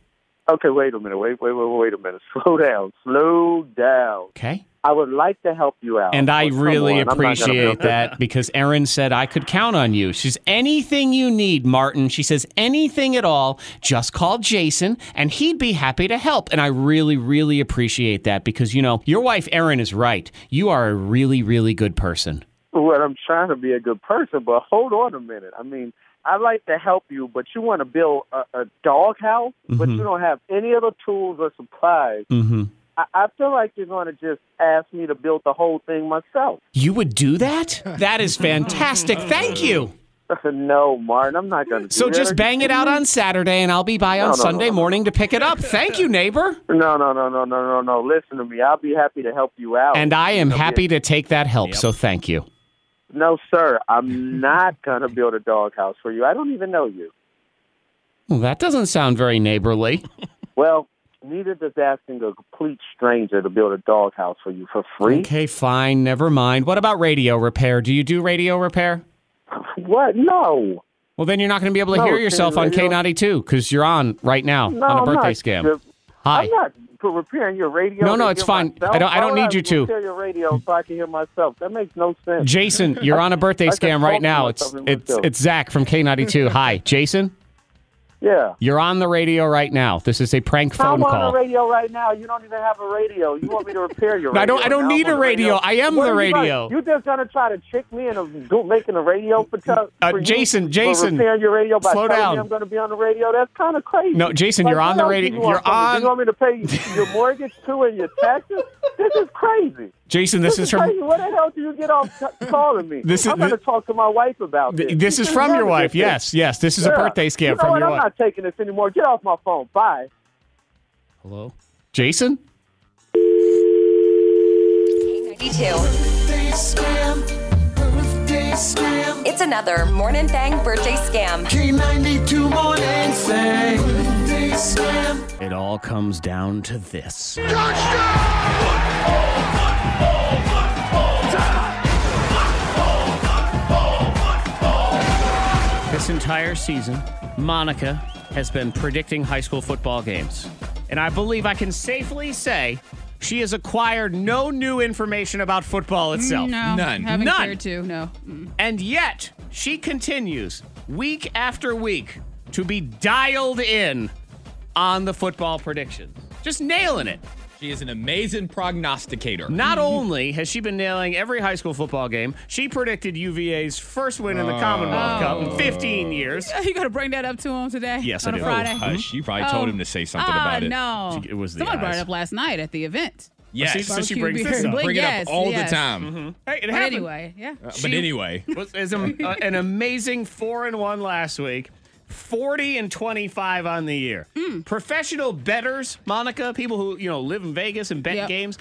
Okay, wait a minute. Wait, wait, wait, wait a minute. Slow down. Slow down.
Okay.
I would like to help you out.
And I
but Oh, come
really
on, I'm not gonna
appreciate
help you.
that because Erin said I could count on you. She's anything you need, Martin. She says anything at all, just call Jason and he'd be happy to help. And I really, really appreciate that because, you know, your wife Erin is right. You are a really, really good person.
Well, I'm trying to be a good person, but hold on a minute. I mean, I like to help you, but you want to build a, a doghouse, but you don't have any of the tools or supplies.
Mm-hmm.
I, I feel like you're going to just ask me to build the whole thing myself.
You would do that? That is fantastic. Thank you.
no, Martin, I'm not going to.
So
do that.
just bang it out on Saturday, and I'll be by on
No, no, no,
Sunday
no, Oh, no.
morning to pick it up. Thank you, neighbor.
No, no, no, no, no, no, no. Listen to me. I'll be happy to help you out.
And I am
Okay.
happy to take that help. So thank you.
No, sir. I'm not going to build a doghouse for you. I don't even know you.
Well, that doesn't sound very neighborly.
Well, neither does asking a complete stranger to build a doghouse for you for free.
Okay, fine. Never mind. What about radio repair? Do you do radio repair?
What? No.
Well, then you're not going to be able to
No,
hear
it's
yourself on
radio.
K92 because you're on right now
No,
on a
I'm
birthday scam.
not. You're-
Hi.
I'm not for repairing your radio.
No, no,
to
it's
hear
fine. I
myself.
don't- I
Why
don't
would
need you to.
Repair your radio so I can hear myself. That makes no sense.
Jason, you're on a birthday
I just
scam right
talked to
now. It's
myself in
it's
myself.
it's Zach from K92. Hi, Jason.
yeah.
You're on the radio right now. This is a prank phone
I'm on
call.
the radio right now. You don't even have a radio. You want me to repair your radio?
I don't- I don't
Now I'm
need
on
a
the
radio. I am
What
the
are you gonna-
radio.
you just going to try to trick me into do- making a radio for, t-
Uh,
for you
Jason,
for
Jason,
repairing your radio by
slow
telling
down.
Me I'm going to be on the radio. That's kind of crazy.
No, Jason,
Like,
you're
what
on the
else do
radio.
you want
You're
from me?
on-
Do you want me to pay your mortgage too and your taxes? this is crazy.
Jason, this is
crazy.
from
What the hell do you get off t- calling me?
This is-
I'm going to talk to my wife about this.
this is
She's
from your
nervous
wife.
with this.
Yes, yes. This is a
Yeah.
birthday
you know
scam from
what?
your
I'm
wife.
not taking this anymore. Get off my phone. Bye.
Hello, Jason.
K92. It's another Morning Thang birthday scam.
It all comes down to this. This entire season, Monica has been predicting high school football games. And I believe I can safely say she has acquired no new information about football itself.
No,
None.
Haven't
None.
cared to. No.
And yet, she continues week after week to be dialed in on the football predictions. Just nailing it.
She is an amazing prognosticator.
Not
Mm-hmm.
only has she been nailing every high school football game, she predicted UVA's first win
Ah.
in the Commonwealth Cup
Oh.
in 15 years.
You gotta bring that up to him today.
Yes, I
on a
do.
Friday.
Oh, hush. You probably
Oh.
told him to say something
Ah,
about it.
no.
She- it was the
Someone brought
eyes.
it up last night at the event.
See,
Yes.
so she
Barbecue
brings
beer
this
and
up.
bling.
Bring it
Yes,
up Mm-hmm. all
yes.
the time.
Hey,
Uh,
it
But
happened.
anyway, yeah.
But
She-
anyway,
was is am- uh, an amazing four and one last week. 40 and 25 on the year.
Hmm.
Professional betters, Monica, people who, you know, live in Vegas and bet
Yep.
games,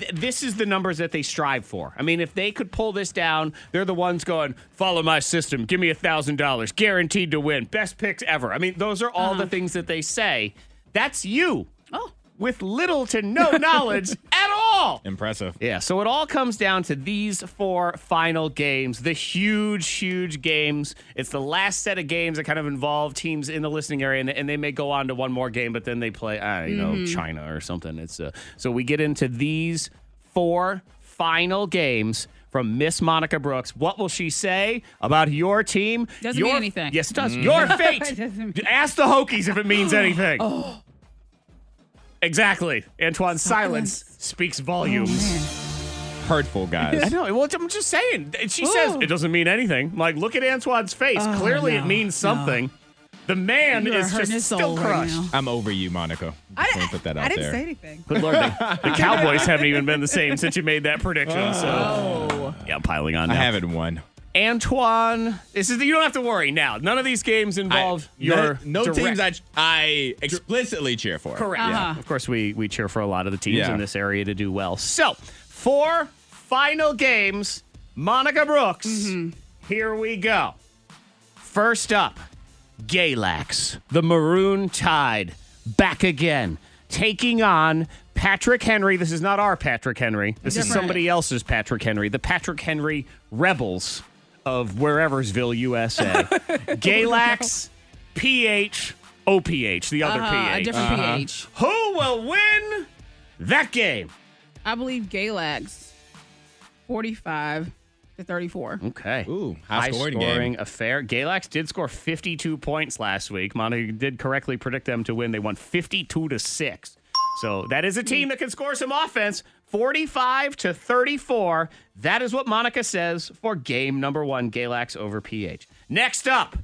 th- this is the numbers that they strive for. I mean, if they could pull this down, they're the ones going, follow my system, give me a $1,000, guaranteed to win, best picks ever. I mean, those are all the things that they say. That's you
Uh-huh. Oh.
with little to no knowledge at all.
impressive.
Yeah, so it all comes down to these four final games, the huge, huge games. It's the last set of games that kind of involve teams in the listening area, and, and they may go on to one more game, but then they play, I don't know,
Mm-hmm.
China or something. It's uh, so we get into these four final games from Miss Monica Brooks. What will she say about your team?
Doesn't
Your-
mean anything.
Yes, it does. Your
It doesn't
fate.
mean- Oh.
Ask the Hokies if it means anything. Exactly. Antoine's silence, speaks
Oh,
volumes.
Hurtful,
I
guys.
know. Well, I'm just saying. And She says it doesn't mean anything. I'm Like, look at Antoine's face. Clearly, it
Oh. no,
means something. The man
You are
is
hurting
just
his
still
soul right
crushed.
now.
I'm over you, Monica. Just want to put that out
I didn't
there.
say anything.
Good lord, the, the Cowboys haven't even been the same since you made that prediction. So, yeah, I'm piling on. Now.
I haven't won.
Antoine. This is you don't have to worry now. None of these games involve
I-
your
no, no
direct-
teams I I explicitly cheer for.
Correct.
Uh-huh.
Yeah. Of course, we we cheer for a lot of the teams
Yeah.
in this area to do well. So, four final games. Monica Brooks.
Mm-hmm.
Here we go. First up, Galax, the Maroon Tide, back again, taking on Patrick Henry. This is not our Patrick Henry. This is
Different.
somebody else's Patrick Henry. The Patrick Henry Rebels of whereversville, USA. Galax, PH, OPH, the other
Uh, a
PH.
different pH.
Who will win that game?
I believe Galax, 45 to 34.
Okay.
Ooh,
High
high-scoring
scoring,
game.
affair. Galax did score 52 points last week. Monica did correctly predict them to win. They won 52 to 6. So that is a team that can score some offense. 45 to 34. That is what Monica says for game number one Galax over PH. Next up,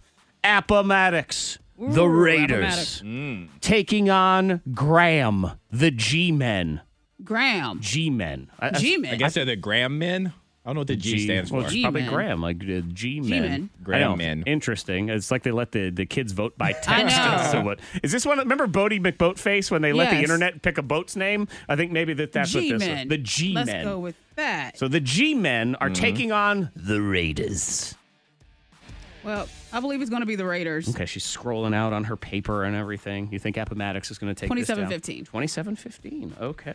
Appomattox, the
Ooh,
Raiders.
Appomattox.
Taking on Graham, the G Men.
Graham.
G men.
G-men.
I guess they're the Graham men. I don't know what the G, stands for.
Well, it's probably
G-men.
Graham, like uh, G men.
G-men.
Graham men.
Interesting. It's like they let the, the kids vote by text.
I know.
So what? Is this one? Remember Bodie McBoatface when they let the
Yes.
internet pick a boat's name? I think maybe that that's what this was.
G-men.
The G men.
Let's go with that.
So the G men
Mm-hmm.
are taking on the Raiders.
well, I believe it's going to be the Raiders.
Okay, she's scrolling out on her paper and everything. You think Appomattox is going to take this down?
27-15.
27-15, Okay.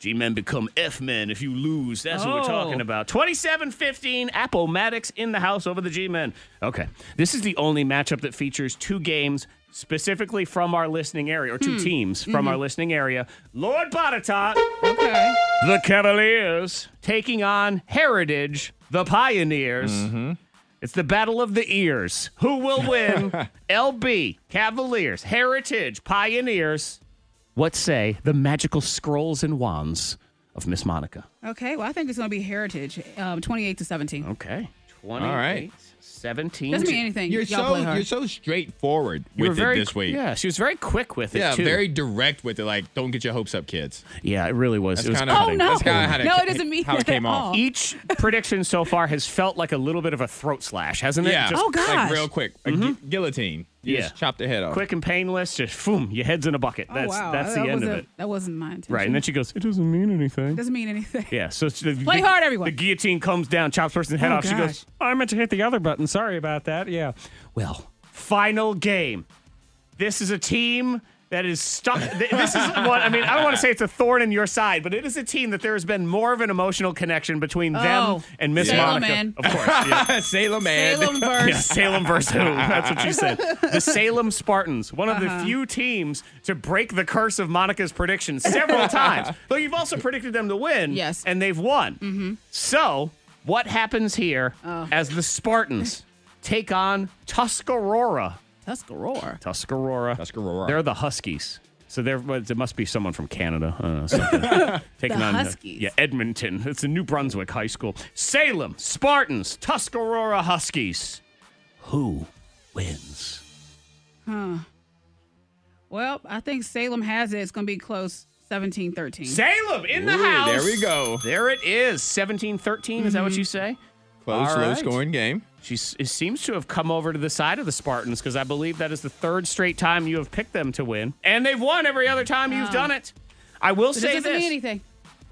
G men Mm. become F men if you lose. That's what we're
Oh.
talking about. 27-15, Appomattox in the house over the G men. Okay, this is the only matchup that features two games specifically from our listening area, or two teams from our listening area. Lord Botetourt,
Okay.
the Cavaliers, taking on Heritage, the Pioneers.
Mm-hmm.
It's the battle of the ears. Who will win? LB, Cavaliers, Heritage, Pioneers. What say the magical scrolls and wands of Miss Monica?
Okay. Well, I think it's going to be Heritage, um, 28 to 17.
Okay. 20,
All right.
17.
Doesn't mean anything.
You're
Y'all
so
play hard.
you're so straightforward
You were
with
very-
it this week.
Yeah, she was very quick with it,
Yeah,
too.
very direct with it. Like, don't get your hopes up, kids.
Yeah, it really was. It was
kinda-
Oh
That's
no!
kinda how it-
no, it doesn't mean
how it
that
came
at
off.
all.
Each prediction so far has felt like a little bit of a throat slash, hasn't it?
Yeah.
Just
Oh,
Like
gosh.
real quick, a gu- guillotine. You
Yeah.
just chop the head off.
quick and painless, just boom, your head's in a bucket.
Oh,
That's
wow.
that's the
That
end of
wasn't-
it.
That wasn't my intention.
Right. And then she goes, It doesn't mean anything.
doesn't mean anything.
Yeah. So it's the,
Play
the-
hard, everyone.
The guillotine comes down, chops person's head
Oh,
off. She goes,
gosh.
I meant to hit the other button. Sorry about that. Yeah. Well, final game. This is a team that is stuck. th- this is what I mean. I don't want to say it's a thorn in your side, but it is a team that there has been more of an emotional connection between
Oh,
them and Miss
Salem
Monica.
man.
Of course. Yeah.
Salem man.
Salem verse.
Yeah, Salem versus who? That's what you said. The Salem Spartans, one of the few teams to break the curse of Monica's prediction several times. Though you've also predicted them to win.
Yes.
And they've won. So, what happens here as the Spartans take on Tuscarora?
Tuscarora.
Tuscarora.
Tuscarora.
They're the Huskies. So there, but there must be someone from Canada. I don't know, something. Taking
The
on uh,
Huskies.
yeah, Edmonton. It's a New Brunswick high school. Salem, Spartans, Tuscarora Huskies. Who wins?
Well, I think Salem has it. It's going to be close 17 13.
Salem in the
Ooh,
house.
there we go. Mm-hmm.
There it is. 17 13. Is that what you say?
Close,
All
low
right.
scoring game.
She s- seems to have come over to the side of the Spartans because I believe that is the third straight time you have picked them to win. And they've won every other time you've done it. I will
But it
say
doesn't
this.
mean anything.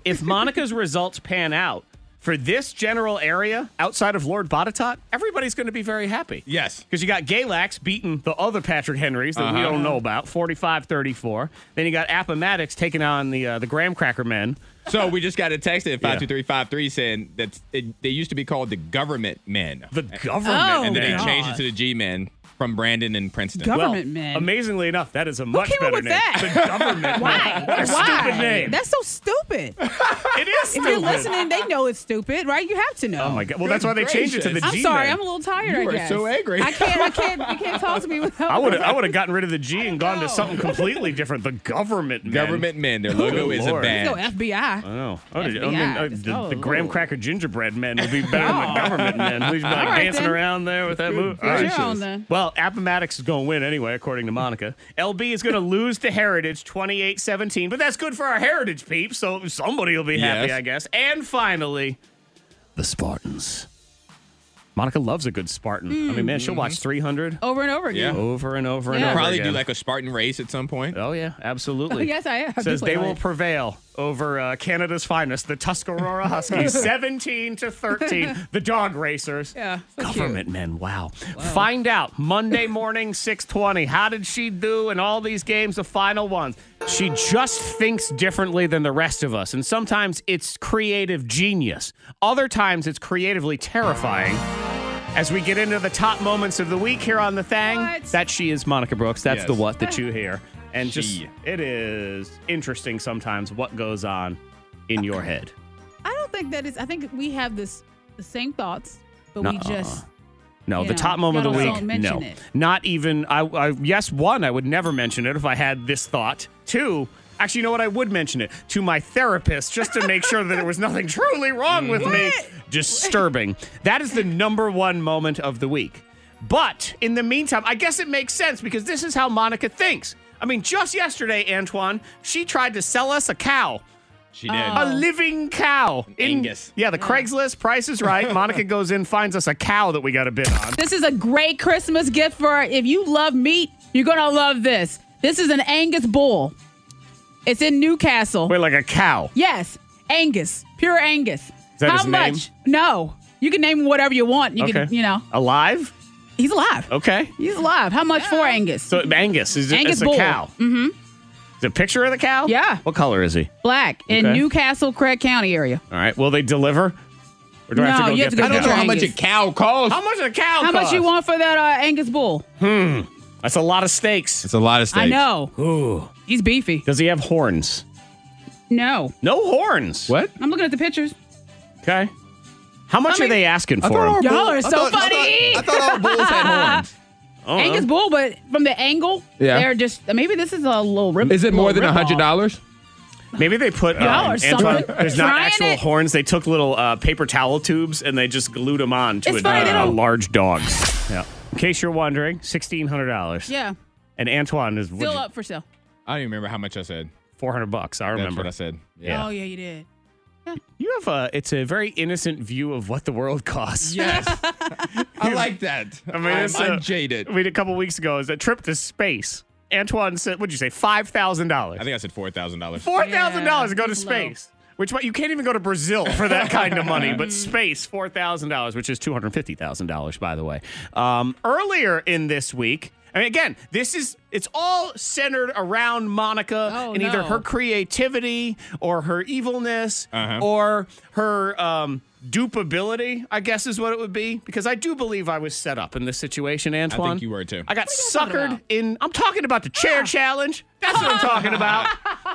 if Monica's results pan out for this general area outside of Lord Botetourt, everybody's going to be very happy.
Yes.
Because you got Galax beating the other Patrick Henrys that
Uh-huh.
we don't know about, 45 34. Then you got Appomattox taking on the uh, the Graham Cracker men.
So we just got a text at
Yeah.
five two three five three saying that it, they used to be called the government men,
The government.
Oh,
and then
man.
they
God.
changed it to the G men from Brandon and Princeton.
Well,
Government men.
Amazingly enough, that is a much
came up
better
with
name.
that?
The government.
Why?
What a
Why?
stupid name.
That's so stupid.
it is
If
stupid.
you're listening, they know it's stupid, right? You have to know.
Oh my god. Well, that's why they changed it to the
gracious.
I'm
G.
sorry.
men.
I'm a little tired.
You
I
are
guess.
so angry.
I can't. I can't. You can't talk to me without.
I would I would have gotten rid of the G and gone to
know.
something completely different. The government men.
Government men. Their logo
Good
is a
Lord.
Let's go
badge.
FBI.
Oh, oh I mean,
FBI,
uh,
just oh.
the,
go.
the graham cracker gingerbread men would be better than the government men. We'd be like
All right,
dancing
then.
around there with that move.
You're on then.
Well, Appomattox is going to win anyway, according to Monica. LB is going to lose to Heritage 28 17, but that's good for our Heritage peeps, so somebody will be happy,
Yes.
I guess. And finally, the Spartans. Monica loves a good Spartan. I mean, man, she'll watch 300
Over and over again.
Yeah.
over and over and
Oh. Yeah.
over
Probably
again.
do like a Spartan race at some point.
Oh yeah, absolutely.
Yes, I am. I do
Says
play
they will
live.
prevail over uh, Canada's finest, the Tuscarora Huskies, seventeen to thirteen. The dog racers.
Yeah, so cute.
Government men. Wow. Find out Monday morning, six twenty. How did she do in all these games? The final ones. She just thinks differently than the rest of us, and sometimes it's creative genius. Other times it's creatively terrifying. As we get into the top moments of the week here on the Thang,
What?
that she is Monica Brooks. That's
Yes.
the what that you hear. And just
She.
it is interesting sometimes what goes on in your head.
I don't think that is. I think we have this the same thoughts, but we
Nuh-uh.
just
No,
You
the
know,
top moment of the
gotta
week.
don't
no,
mention it.
not even. I, I yes, one. I would never mention it if I had this thought. Two. Actually, you know what? I would mention it to my therapist just to make sure that there was nothing truly wrong with me. Disturbing. That is the number one moment of the week. But in the meantime, I guess it makes sense because this is how Monica thinks. I mean, just yesterday, Antoine, she tried to sell us a cow.
She did.
A living cow.
Angus.
Yeah, the Craigslist price is right. Monica goes in, finds us a cow that we got to bid on.
This is a great Christmas gift for if you love meat, you're gonna love this. This is an Angus bull. It's in Newcastle.
We're like a cow.
Yes, Angus, pure Angus.
that
How
his name?
much? No, you can name him whatever you want. You
Okay.
can, you know,
Alive?
he's alive.
Okay.
He's alive. How much for Angus?
So Angus is
Angus
it's a
bull.
cow. Mm-hmm. The picture of the cow?
Yeah.
What color is he?
Black in
Okay.
Newcastle, Craig County area.
All right. Will they deliver? Or do I have
No,
to go
you
get
have to
the
go
I don't
cow?
know how much a
Angus.
cow costs.
How much does a cow
How much
cost?
you want for that uh, Angus bull?
That's a lot of steaks.
It's a lot of steaks.
I know. He's beefy.
Does he have horns?
No,
No horns.
What?
I'm looking at the pictures.
Okay. How much
I mean-
are they asking
I
for
thought our
him?
Y'all
bull-
are
I
so
thought-
funny.
I thought, I thought all bulls had horns.
Oh,
Angus bull, but from the angle,
Yeah.
they're just maybe this is a little rip.
Is it more than
a
a hundred dollars?
Maybe they put
Y'all
um,
are something.
Antoine, there's not
Trying
actual
it.
horns. They took little uh, paper towel tubes and they just glued them on to
It's
a,
funny, they
a
don't-
large dog. Yeah. In case you're wondering, sixteen hundred dollars.
Yeah,
And Antoine is
still up for sale.
I don't even remember how much I said.
four hundred bucks. I
That's
remember.
what I said.
Oh yeah, you did.
You have a. It's a very innocent view of what the world costs.
Yes. I like that. I
mean,
mean, I'm
it's uh, a-
unjaded.
I mean, a couple weeks ago, is a trip to space. Antoine said, "What'd you say? Five thousand dollars?
I think I said four thousand dollars.
four thousand dollars to go to
Yeah, low.
space." Which what you can't even go to Brazil for that kind of money, but space four thousand dollars, which is two hundred fifty thousand dollars, by the way. Um, earlier in this week, I mean, again, this is it's all centered around Monica
Oh,
and either
no.
her creativity or her evilness
Uh-huh.
or her um, dupability, I guess is what it would be. Because I do believe I was set up in this situation, Antoine.
you were, too.
I got
talking
suckered
about?
in. I'm talking about the chair challenge. That's what I'm talking about.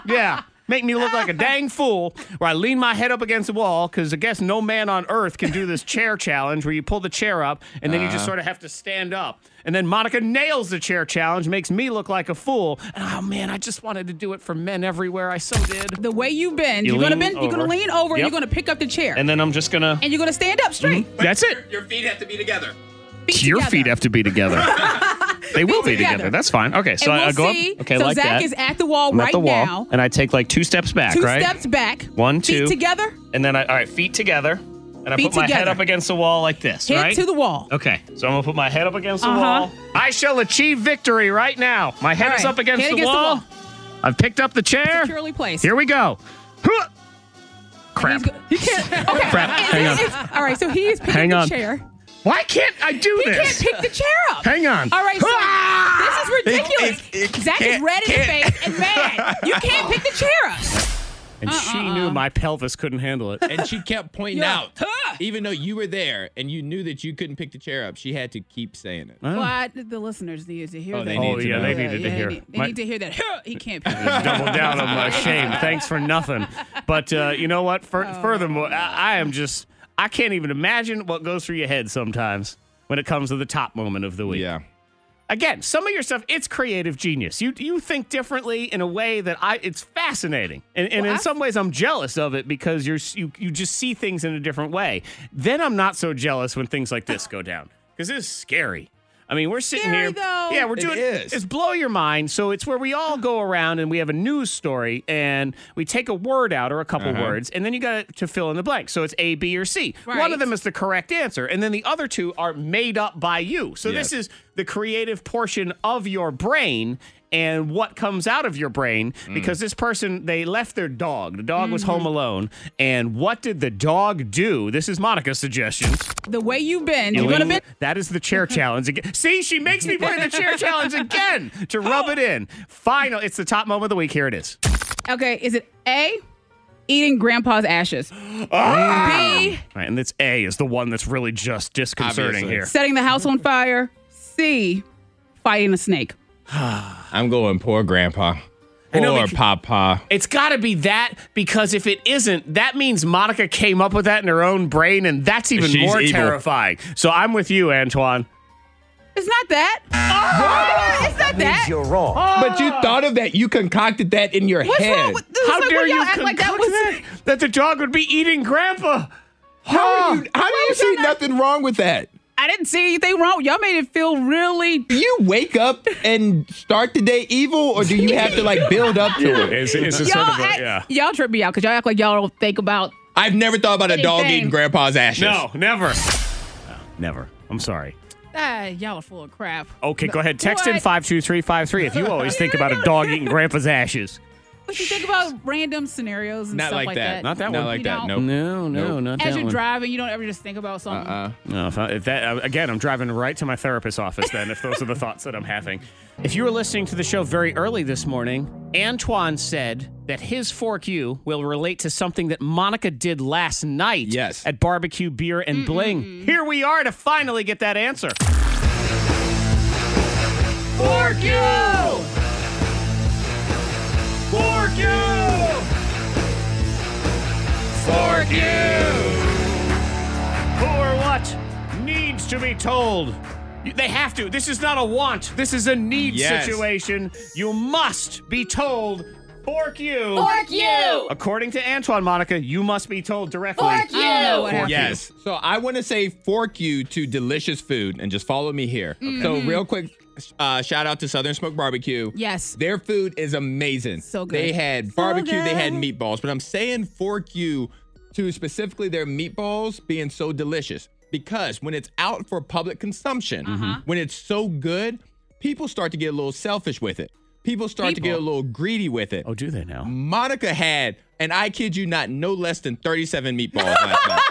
Yeah. Make me look like a dang fool where I lean my head up against the wall because I guess no man on earth can do this chair challenge where you pull the chair up and then you just sort of have to stand up. And then Monica nails the chair challenge, makes me look like a fool. And, oh man, I just wanted to do it for men everywhere. I so did.
The way you bend,
You
you are gonna
lean
bend. You're gonna
over.
lean over.
Yep.
You're gonna pick up the chair, and,
then I'm just gonna.
you're gonna stand up straight.
That's it.
Your feet have to be together.
Feet
Your
together.
feet have to be together. they will be
Feet
together.
together.
That's fine. Okay, so
and
I,
we'll
I go
see.
up. Okay,
so
like
Zach
that.
is at the wall
I'm
right
at the wall,
now.
and I take like two steps back,
two
right?
steps back.
One,
Feet
two.
together.
And then I, all right, feet together, and I
Feet
put my head
together.
up against the wall like this,
Head
right? Oh.
to the wall.
Okay, so I'm gonna put my head up against the
Uh-huh.
wall. I shall achieve victory right now. My head
All
is
right,
up against,
head
the,
against the
wall.
wall.
I've picked up the chair.
Securely placed.
Here we go. Huh. Crap.
He's go- he can't. Okay.
Crap. Hang on.
It's- all right. So he is picking
Hang
the
on.
chair.
Why can't I do
He
this?
can't pick the chair up.
Hang on.
All right. So
Ah!
this is ridiculous.
it- it
Zach is
can't-
red in the
can't.
face and mad. You can't pick the chair up.
and she knew my pelvis couldn't handle it.
And she kept pointing
Yeah.
out,
Huh.
even though you were there and you knew that you couldn't pick the chair up, she had to keep saying it.
Well, I, the listeners needed to hear
Oh,
that.
they
Oh
need to
yeah,
know.
they
Yeah,
needed to
they
hear.
Need, they
My-
need to hear that. "Huh, He can't pick
Just
it up.
double down on my shame. Thanks for nothing. But uh, you know what? Fur- Furthermore, I-, I am just I can't even imagine what goes through your head sometimes when it comes to the top moment of the week.
Yeah.
Again, some of your stuff it's creative genius. You you think differently in a way that I it's fascinating. And, and in some ways I'm jealous of it because you're s- you you just see things in a different way. Then I'm not so jealous when things like this go down cuz it's scary. I mean, we're sitting
Scary,
here.
though.
Yeah, we're
It
doing
is.
it's blow your mind. So it's where we all go around and we have a news story and we take a word out or a couple
Uh-huh.
words and then you got to fill in the blank. So it's A, B, or C. One of
Right.
them is the correct answer, and then the other two are made up by you. So
Yes.
this is the creative portion of your brain and what comes out of your brain because this person they left their dog the dog was home alone and what did the dog do this is monica's suggestion
The way you bend, you're gonna bend.
that is the chair challenge again. See, she makes me play the chair challenge again to rub it in. Final, it's the top moment of the week. Here it is.
Okay, is it A, eating grandpa's ashes? B,
All right, and this A is the one that's really just disconcerting
Obviously.
here.
setting the house on fire? C, fighting a snake?
I'm going poor grandpa. Poor
know, because-
papa.
It's got to be that because if it isn't, that means Monica came up with that in her own brain, and that's even
She's
more
evil.
terrifying. So I'm with you, Antoine.
It's not that. It's not that.
But you thought of that. You concocted that in your
Ah. What's
head.
wrong with this? is
How
like,
dare
why y'all
you
act like that
concoct
was
that? That the dog would be eating Grandpa?
How, are you, how do you see nothing wrong with that?
I didn't see anything wrong. Y'all made it feel really.
Do you wake up and start the day evil, or do you have to like build up to it?
It's, it's a
Y'all,
sort of a,
act-
yeah.
y'all trip me out because y'all act like y'all don't think about.
I've never thought about a dog
Anything.
eating grandpa's ashes.
No, never.
Oh,
No, never. I'm sorry.
Ah, y'all are full of crap.
Okay, go ahead. Text in
What?
52353 if you always think about a dog eating grandpa's ashes.
But you think about random scenarios and
not
stuff
like,
like,
that.
Not that
Not
one.
like
You don't.
that. Nope.
No, no,
Nope.
not
As
that
you're
one.
driving, you don't ever just think about something.
Uh,
No, Oh, if, I, if that again, I'm driving right to my therapist's office. Then, if those are the thoughts that I'm having. If you were listening to the show very early this morning, Antoine said that his fork you will relate to something that Monica did last night.
Yes.
at barbecue, beer, and bling. Here we are to finally get that answer. Fork you. Fork you. Fork you. Who or what needs to be told. You- They have to. This is not a want. This is a need
Yes.
situation. You must be told. Fork you.
you!
According to Antoine, Monica, you must be told directly.
Fork you!
I don't know what happened.
Yes. So I want to say fork you to delicious food and just follow me here. So real quick, uh, shout out to Southern Smoke Barbecue.
Mm-hmm. Yes.
Their food is amazing.
So good.
They had barbecue, they had meatballs, but I'm saying fork you to specifically their meatballs being so delicious because when it's out for public consumption,
Uh-huh.
when it's so good, people start to get a little selfish with it. People start to get a
People.
little greedy with it.
Oh, do they now?
Monica had, and I kid you not, no less than 37 meatballs last night.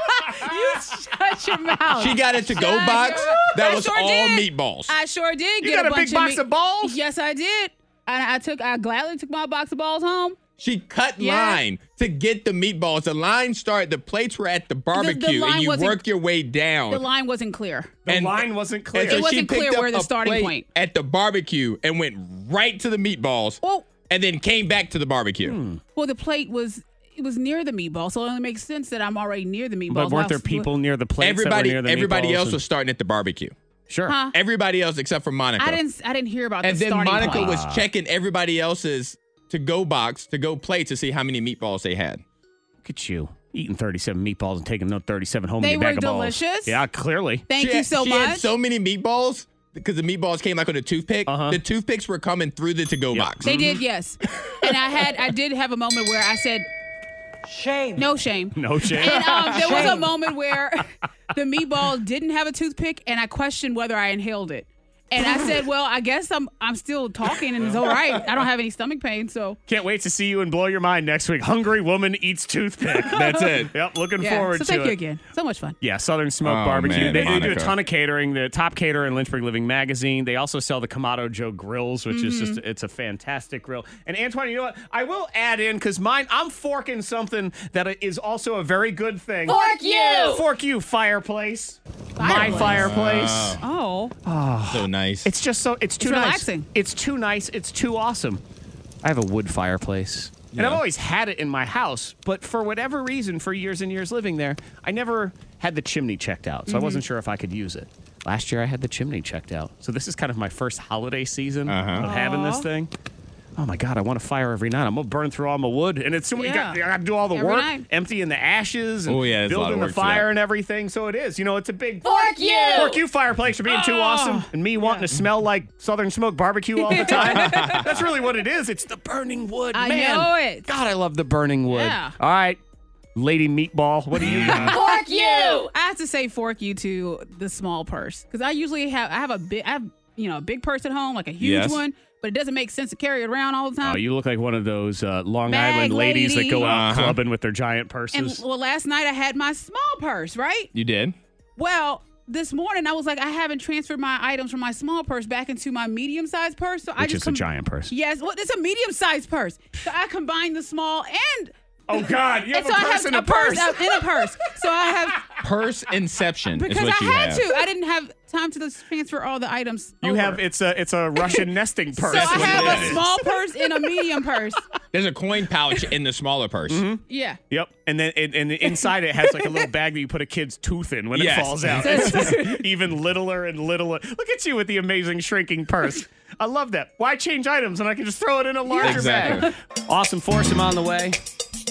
You shut your mouth.
She got a to-go
Shut
box
your-
that
I
was
sure
all
did.
meatballs.
I sure did
You
get
got a
bunch
big box
meat-
of balls?
Yes, I did. I, I took. I gladly took my box of balls home.
She cut
Yeah.
line to get the meatballs. The line started, the plates were at the barbecue,
line
and you
wasn't-
work your way down.
Oh.
The line wasn't clear.
The
And-
line wasn't clear.
And so
It
she
wasn't
picked
clear
up
where the
a
starting
plate
point.
At the barbecue and went right to the meatballs
Oh.
and then came back to the barbecue.
Hmm.
Well, the plate was it was near the meatball, so it only makes sense that I'm already near the meatball.
but weren't there people near the plates
Everybody
that were near the
everybody
meatballs
else
and-
was starting at the barbecue.
Sure.
Huh?
Everybody else except for Monica.
I didn't. I didn't hear about.
and
the
then
starting
Monica
point.
was
Ah.
checking everybody else's to go box, to go plate to see how many meatballs they had.
Look at you. Eating 37 meatballs and taking another 37 home in
They
your bag
were
of balls.
delicious.
Yeah, clearly.
Thank
she
you
had-
so
she
much.
had so many meatballs because the meatballs came like on a toothpick.
Uh-huh.
The toothpicks were coming through the to-go box.
they did, yes. And I had, I did have a moment where I said, "Shame." No shame.
No shame.
And um, there was a moment where the meatball didn't have a toothpick, and I questioned whether I inhaled it. And I said, "Well, I guess I'm I'm still talking, and it's all right. I don't have any stomach pain, so
Can't wait to see you and blow your mind next week. Hungry woman eats toothpick.
That's it.
yep, looking
yeah.
forward
so
to
thank
it.
you again. So much fun.
Yeah, Southern Smoke
Oh,
Barbecue.
man,
they, they do a
Monica.
ton of catering. The top caterer in Lynchburg Living Magazine. They also sell the Kamado Joe grills, which is
Mm-hmm.
just it's a fantastic grill. And Antoine, you know what? I will add in because mine, I'm forking something that is also a very good thing.
Fork you!
Fork you, fireplace. My
Fireplace.
fireplace.
Oh,
So nice.
It's just so it's too
It's
nice.
relaxing.
It's too nice. It's too awesome. I have a wood fireplace. And I've
Yeah.
always had it in my house, but for whatever reason, for years and years living there, I never had the chimney checked out. So I
Mm-hmm.
wasn't sure if I could use it. Last year I had the chimney checked out. So this is kind of my first holiday season
Uh-huh.
of having this thing. Oh my god, I want a fire every night. I'm gonna burn through all my wood, and it's so we got,
Yeah.
I gotta do all the
Every
work,
night.
emptying the ashes, and
Oh, yeah, there's a lot
building
of
the
work to that.
fire and everything. So it is, you know, it's a big
Fork you!
Fork you fireplace for being too
Ah.
awesome and me wanting to smell like Southern smoke barbecue all the time. That's really what it is. It's the burning wood.
I
Man.
know it.
God, I love the burning wood.
Yeah.
All right, Lady Meatball, what do you got?
Fork you!
I have to say fork you to the small purse because I usually have I have a big I have you know a big purse at home like a huge
Yes.
one, but it doesn't make sense to carry it around all the
Oh,
time.
you look like one of those uh, Long
Bag
Island ladies that go out
lady.
clubbing with their giant
and
purses.
well, last night I had my small purse right.
you did?
Well, this morning I was like I haven't transferred my items from my small purse back into my medium sized purse, so I
Which
just
is a giant purse.
Yes, well, it's a medium sized purse, so I combined the small and.
Oh God, you have
and so
a purse
I have
in a
a purse,
purse.
uh, in a purse. So I have
Purse inception is
because
what
I
you
had
have.
to. I didn't have time to transfer all the items.
You
over.
have it's a it's a Russian nesting purse.
So I
what
have
it
a
is.
small purse and a medium purse.
There's a coin pouch in the smaller purse.
Yeah.
Yep, and then and, and inside it has like a little bag that you put a kid's tooth in when
Yes.
it falls out. It's just even littler and littler. Look at you with the amazing shrinking purse. I love that. Why change items when I can just throw it in a larger
Exactly.
bag? Awesome foursome on the way.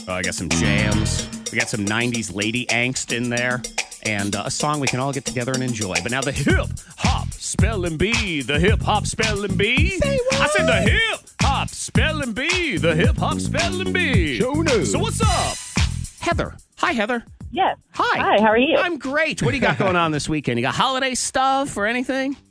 Oh, I got some jams. We got some '90s lady angst in there. and uh, a song we can all get together and enjoy. But now the hip hop spelling bee, the hip hop spelling bee. I said the hip hop spelling bee, the hip hop spelling bee.
Show no.
So what's up, Heather? Hi, Heather.
Yes.
Hi.
Hi, how are you?
I'm great. What do you got going on this weekend? You got holiday stuff or anything?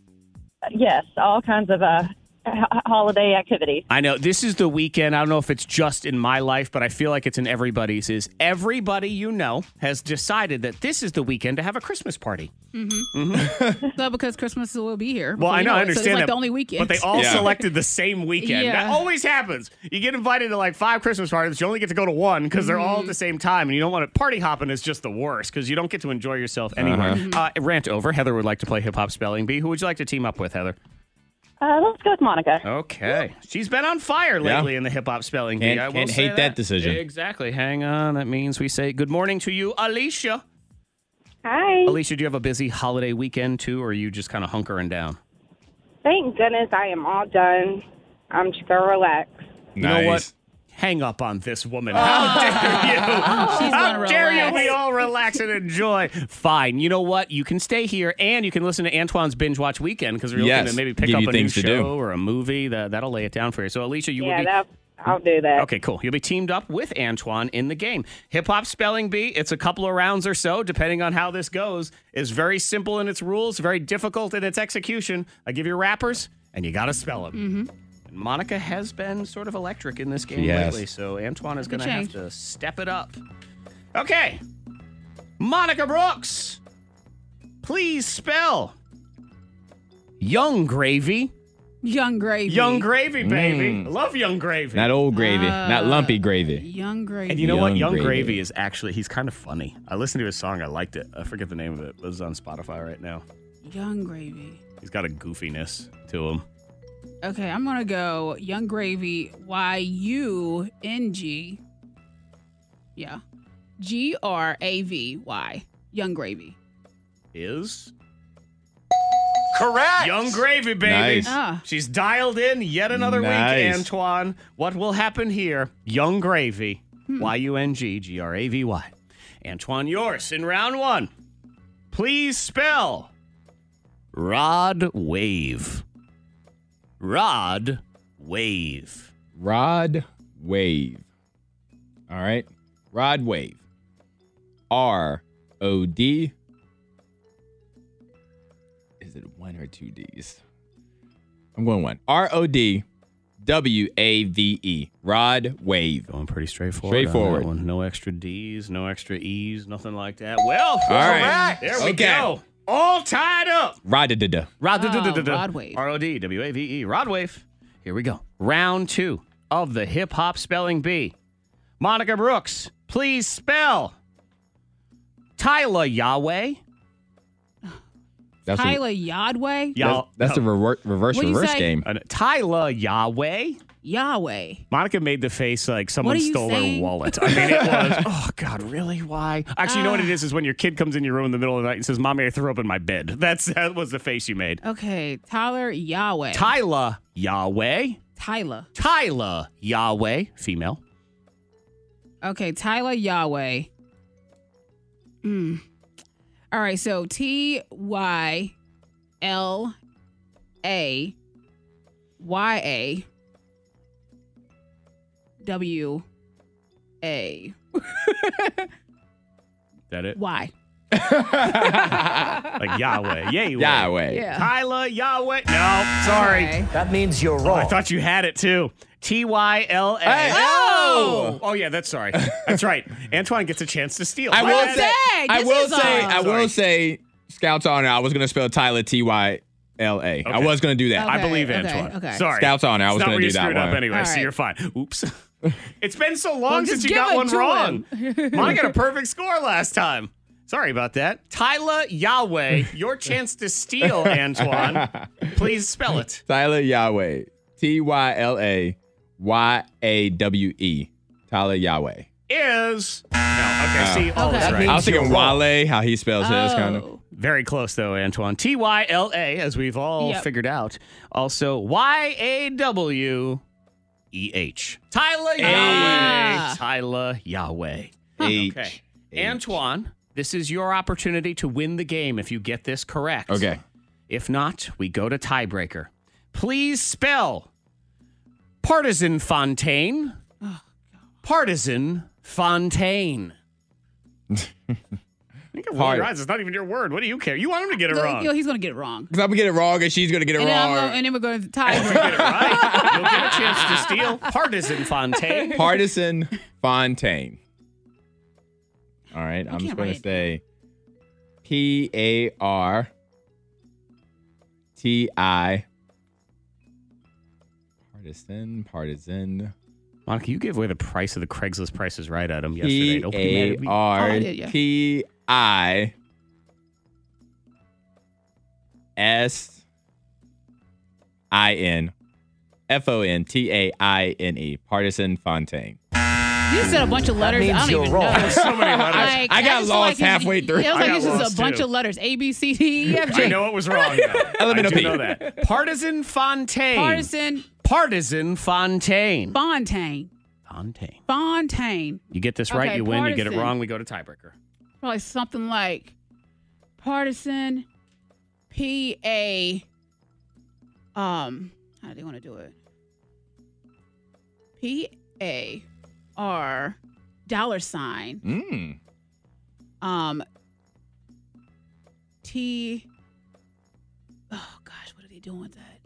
Yes, all kinds of uh, h- holiday activities.
I know this is the weekend. I don't know if it's just in my life, but I feel like it's in everybody's. Is everybody you know has decided that this is the weekend to have a Christmas party?
No, because Christmas will be here.
Well, I
You
know, I
it's-
understand
It's like
that,
the only weekend.
But they all
Yeah.
selected the same weekend. That
Yeah.
always happens. You get invited to like five Christmas parties, you only get to go to one because they're all at
Mm-hmm.
the same time, and you don't want to party hopping is just the worst because you don't get to enjoy yourself
Uh-huh.
anywhere.
Mm-hmm.
Uh, rant over. Heather would like to play hip hop spelling bee. Who would you like to team up with, Heather?
Uh, let's go with Monica.
Okay. She's been on fire
Yeah.
lately in the hip hop spelling bee.
Can't-
I will
can't
say
hate that decision.
Exactly. Hang on. That means we say good morning to you, Alicia.
Hi.
Alicia, do you have a busy holiday weekend too, or are you just kind of hunkering down?
Thank goodness I am all done. I'm just gonna relax.
You know what? Hang up on this woman. How dare you?
Oh. She's
How
gonna
dare you?
relax.
We all relax and enjoy. Fine. You know what? You can stay here and you can listen to Antoine's binge watch weekend because we're
Yes.
looking to maybe pick
Give
up
you
a new
things
show
to do.
or a movie. That, that'll lay it down for you. So, Alicia, you
yeah,
will be
that, I'll do that.
Okay, cool. You'll be teamed up with Antoine in the game. Hip hop spelling bee, it's a couple of rounds or so, depending on how this goes, is very simple in its rules, very difficult in its execution. I give you rappers, and you got to spell them. And Monica has been sort of electric in this game
Yes.
lately, so Antoine is
Could
going to have
change.
to step it up. Okay. Monica Brooks, please spell Young Gravy.
Young Gravy.
Young Gravy, baby. I Love Young Gravy.
Not old gravy,
Uh,
not lumpy gravy.
Young Gravy.
And you know what? Young
Young
Gravy.
Gravy
is actually, he's kind of funny. I listened to his song. I liked it. I forget the name of it, but it's on Spotify right now.
Young Gravy.
He's got a goofiness to him.
Okay, I'm gonna go Young Gravy. Y U N G. Yeah, G R A V Y. Young Gravy.
Is? Correct. Young Gravy, baby.
Nice.
Ah.
She's dialed in yet another week,
Nice.
Antoine. What will happen here? Young Gravy. Y U N G G R A V Y. Antoine, yours in round one. Please spell Rod Wave. Rod Wave.
Rod Wave. All right. Rod Wave. R O D. Is it one or two D's? I'm going one. R O D W A V E. Rod Wave.
Going pretty straightforward. on that
Straightforward.
one. No extra D's, no extra E's, nothing like that. Well,
All right.
correct. There we
Okay.
go. All tied up.
Rod da da.
Rod,
Oh, Rod wave.
R O D W A V E. Rod wave. Here we go. Round two of the hip hop spelling bee. Monica Brooks, please spell Tyler Yahweh.
That's a,
Tyler Yodway.
that's, that's a rever- reverse
What'd you
reverse
say?
game.
a Uh, Tyler Yahweh.
Yahweh.
Monica made the face like someone
are you
stole her
saying?
wallet. I mean, it was. Oh God, really? Why? Actually, you know what
Ah.
it is? Is when your kid comes in your room in the middle of the night and says, "Mommy, I threw up in my bed." That's that was the face you made.
Okay, Tyler Yahweh.
Tyla Yahweh.
Tyler.
Tyla Yahweh, female.
Okay, Tyler Yahweh. Mm. All right, so T Y L A Y A W A
That it?
Y.
Like Yahweh. Yay.
Yahweh.
Yeah.
Tyla Yahweh. No, sorry. Oh,
Okay.
That means you're
I thought you had it too. T Y L
Hey.
A.
Oh!
Oh yeah, that's sorry. That's right. Antoine gets a chance to steal.
I will
did
say.
I say?
I
This
will
is
say.
a-
I will say. Scouts honor. I was gonna spell Tyler T Y L A. I
Okay.
was gonna do that.
I
Okay,
believe
okay,
Antoine.
okay.
Sorry.
Scouts honor. I
It's
was
not
gonna
where you
do that
screwed up
one.
anyway,
All
so
right.
you're fine. Oops. it's been so long
Well,
since
just
you
give
got
it
one
to
wrong.
him.
Mine got a perfect score last time. Sorry about that. Tyler Yahweh, your chance to steal, Antoine. Please spell it.
Tyler Yahweh. T Y L A Y A W E. Tyler Yahweh.
Is no. Okay. See, all
Okay.
is right.
I was thinking Wale, how he spells his kind of.
Oh.
Very close though, Antoine. T Y L A, as we've all
Yep.
figured out. Also Y A W E H. Tyler Yahweh.
Ah.
Tyler Yahweh.
H.
Okay. Antoine, This is your opportunity to win the game if you get this correct.
Okay.
If not, we go to tiebreaker. Please spell partisan Fontaine. Partisan Fontaine. Think of Will
Hard.
your eyes. It's not even your word. What do you care? You want him to get it
Yo,
wrong.
yo, he's gonna get it wrong.
Because I'm gonna get it wrong and she's gonna get it
And then, I'm
wrong.
gonna, and then we're going to tiebreaker.
right? You'll get a chance to steal partisan Fontaine.
Partisan Fontaine. All right, I'm just
can't
gonna
write.
say P A R T I. Partisan, partisan.
Monica, you gave away the price of the Craigslist prices right item yesterday.
P
E
Don't be mad
A
at me.
R
Oh, I did, yeah.
T
Oh,
I S I N F O N T A I N E. Partisan Fontaine.
you said a bunch of letters. I don't even know.
So many letters.
Like,
I got
just
lost
it's-
halfway through.
Yeah, I
I
was like,
got
it's just
lost,
a bunch
too.
of letters. A B C D E F G.
I know it was wrong. Though. I
Elemental
do
P.
know that. Partisan Fontaine.
Partisan
Partisan Fontaine.
Fontaine.
Fontaine.
Fontaine.
You get this right,
Okay,
you win. You get it
partisan.
wrong, we go to tiebreaker.
Probably something like partisan P A. Um, how do they want to do it? P A R dollar sign.
Mm.
Um, T. Oh gosh, what are they doing with that?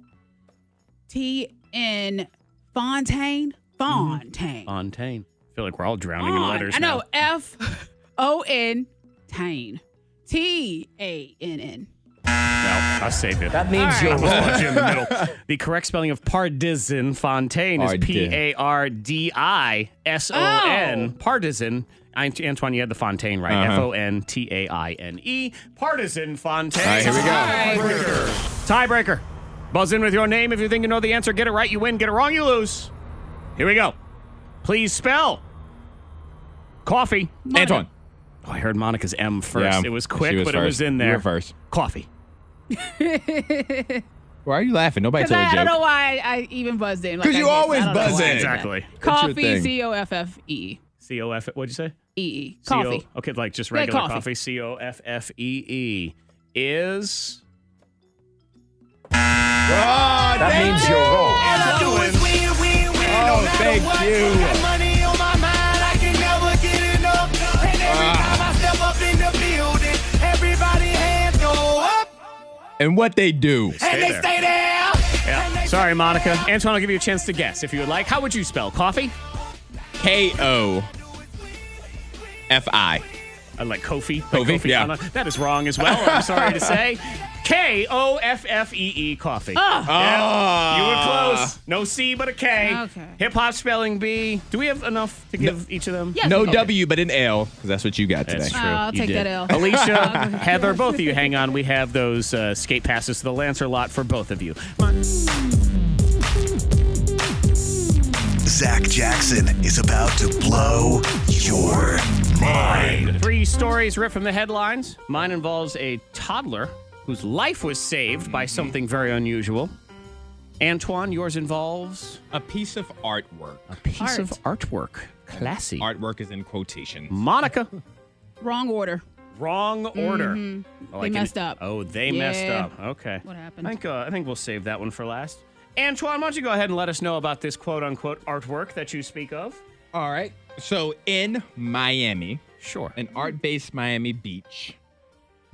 T N Fontaine Fontaine.
Fontaine. I feel like we're all drowning in
On.
letters.
Oh, I know
now.
F O N Tane. T A N N.
Well, I'll save it.
That means you're
I was in the middle. The correct spelling of partisan Fontaine is
Pardi-
P A R D I S O
Oh.
N. Partisan. Ant- Antoine, you had the Fontaine right.
Uh-huh.
F O N T A I N E. Partisan Fontaine.
All right, here we go.
Tiebreaker. Buzz in with your name. If you think you know the answer, get it right, you win. Get it wrong, you lose. Here we go. Please spell coffee.
Antoine.
Oh, I heard Monica's M first.
Yeah,
it was
she
quick,
was
but it
first.
was in
You
there.
were first.
Coffee.
Why are you laughing? Nobody
Because
told
I,
you.
I don't know why I, I even buzzed in. like
'Cause
I
you
did. I
always
don't know
buzz
why I
in.
did that.
Exactly.
That's your
Coffee,
thing.
C O F F E
C O F. What'd you say?
E E.
C O-
Coffee.
Okay, like just
Yeah,
regular
coffee.
coffee. C O F F E E is.
That means you're wrong.
Oh, thank you. And what they do.
Stay there. Yeah. Sorry, Monica. Antoine, I'll give you a chance to guess if you would like. How would you spell coffee?
K O F I.
I like Kofi. like
Kofi, yeah.
Annan. That is wrong as well. I'm sorry to say. K O F F E E coffee.
Oh.
You were close. No C, but a K.
Okay.
Hip hop spelling B. Do we have enough to give each of them?
Yes.
Ah. No
Okay.
W, but an L, because that's what you got today.
That's true.
Uh, I'll
You
take
did.
that L.
Alicia, Heather, both of you hang on. We have those uh, skate passes to the Lancer lot for both of you.
Zach Jackson is about to blow your mind.
Three stories ripped from the headlines. Mine involves a toddler whose life was saved by something very unusual. Antoine, yours involves
A piece of artwork.
a piece of artwork. Classy.
Artwork is in quotation.
Monica,
Wrong order.
wrong order. Oh,
Mm-hmm. They
I can-
messed up.
Oh, they messed
Yeah.
up. Okay.
What happened?
I think, uh, I think we'll save that one for last. Antoine, why don't you go ahead and let us know about this quote unquote artwork that you speak of?
All right. So in Miami,
Sure.
an art based Miami Beach,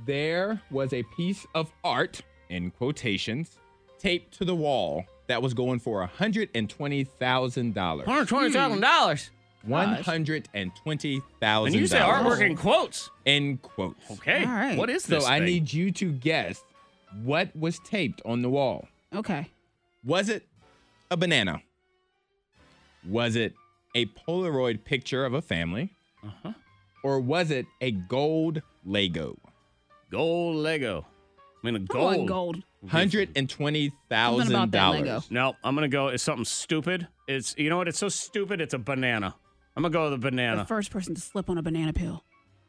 there was a piece of art, in quotations, taped to the wall that was going for
Hmm.
$120,000.
$120,000.
$120,000.
And you say artwork in quotes.
in quotes.
Okay.
All right.
What is
So
this?
I
thing?
need you to guess what was taped on the wall.
Okay.
Was it a banana? Was it a Polaroid picture of a family?
Uh-huh.
Or was it a gold Lego?
gold Lego. I mean, a
I'm going
gold.
gold. Something about that Lego.
$120,000.
No, I'm gonna go. It's something stupid. It's you know what? It's so stupid. It's a banana. I'm gonna go with a
The
banana.
first person to slip on a banana peel.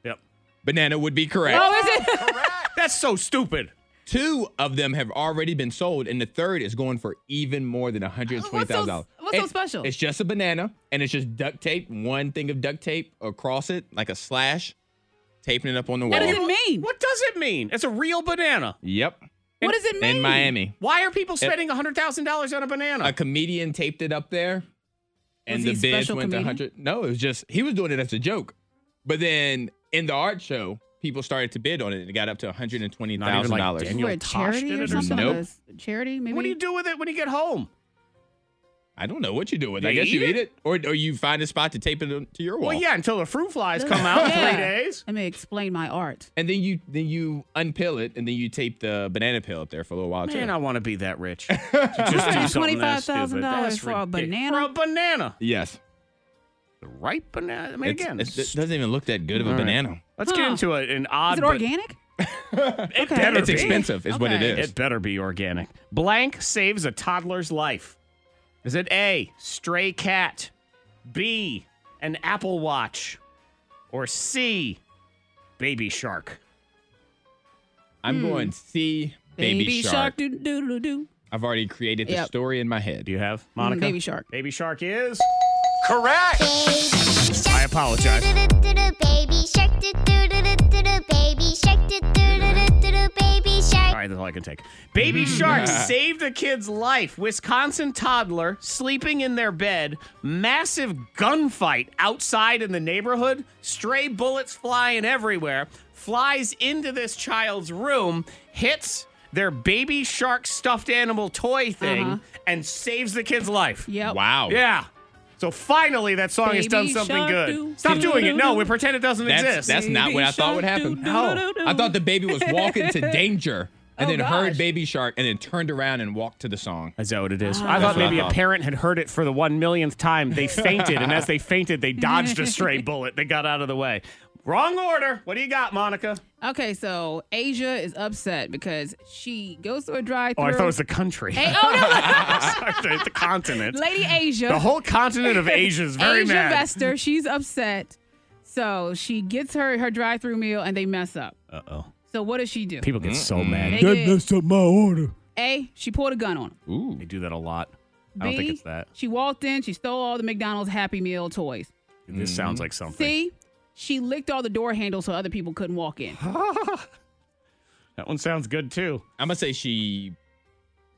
yep.
Banana would be correct.
Oh, is it?
That's so stupid.
Two of them have already been sold, and the third is going for even more than $120,000.
what's so
It-
special?
It's just a banana, and it's just duct tape, one thing of duct tape across it, like a slash. taping it up on the
What
wall.
does it mean?
What does it mean? It's a real banana.
Yep.
What does it mean?
In Miami.
Why are people spending $100,000 on a banana?
A comedian taped it up there,
Was
and the
he a
bids
special
went to
comedian?
100. No, it was just he was doing it as a joke, but then in the art show, people started to bid on it, and it got up to 120
Not even
thousand
like
dollars.
Daniel
For a
Tosh
charity
did
or
it
something?
Nope.
A Charity? Maybe.
What do you do with it when you get home?
I don't know what you do with. it. I
You
guess you
eat
eat it, or or you find a spot to tape it on- to your wall.
Well, yeah, until the fruit flies come out in
Yeah.
three days.
Let me explain my art.
And then you then you unpeel it, and then you tape the banana peel up there for a little while too.
Man, I want to be that rich. To just do something that stupid.
$25,000
That's
for a
ridic-
banana?
For a banana.
yes.
The ripe banana. I mean,
It's-
again,
it's-
it's-
it doesn't even look that good of a
All right.
banana.
let's get
Huh.
into a, an odd.
Is it
but-
organic?
It better
It's
be.
expensive, is what it
Okay.
is.
It better be organic. Blank saves a toddler's life. Is it A, stray cat, B, an Apple Watch, or C, baby shark?
Hmm.
I'm going C baby, shark.
doo doo doo doo.
I've already created the
Yep.
story in my head.
Do you have Monica?
Mm, Baby shark.
Baby shark is.
Correct.
I apologize.
Baby shark do do do do do do baby shark do do do do do do baby
All
shark
right, that's all I can take. Baby
Mm.
shark saved a kid's life. Wisconsin toddler sleeping in their bed. Massive gunfight outside in the neighborhood. Stray bullets flying everywhere. Flies into this child's room, hits their baby shark stuffed animal toy thing,
Uh-huh.
and saves the kid's life.
Yep.
Wow.
Yeah. So finally, that song has
Baby
done something
shark
good.
do-
Stop
do-
doing
do-
it. No,
do.
we pretend it doesn't
That's
exist.
that's not what I thought would happen.
No.
I thought the baby was walking to danger and
Oh,
then
gosh.
heard baby shark and then turned around and walked to the song.
Is that what it is? I thought
That's what I
maybe a
thought.
parent had heard it for the one millionth time. They fainted, and as they fainted, they dodged a stray bullet. They got out of the way. Wrong order. What do you got, Monica?
Okay, so Asia is upset because she goes to a drive
Oh,
through.
I thought it was the country.
Hey, oh,
Sorry, the, the continent.
no. Lady Asia.
The whole continent of Asia is very
Asia
mad.
Vester, she's upset. So she gets her her drive through meal and they mess up.
Uh oh.
So what does she do?
People get so
They
mad.
did-
up my order.
A, she pulled a gun on him.
Ooh.
They do that a lot.
B,
I don't think it's that.
She walked in, she stole all the McDonald's Happy Meal toys.
This sounds like something.
C, she licked all the door handles so other people couldn't walk in.
That one sounds good too.
I'm gonna say she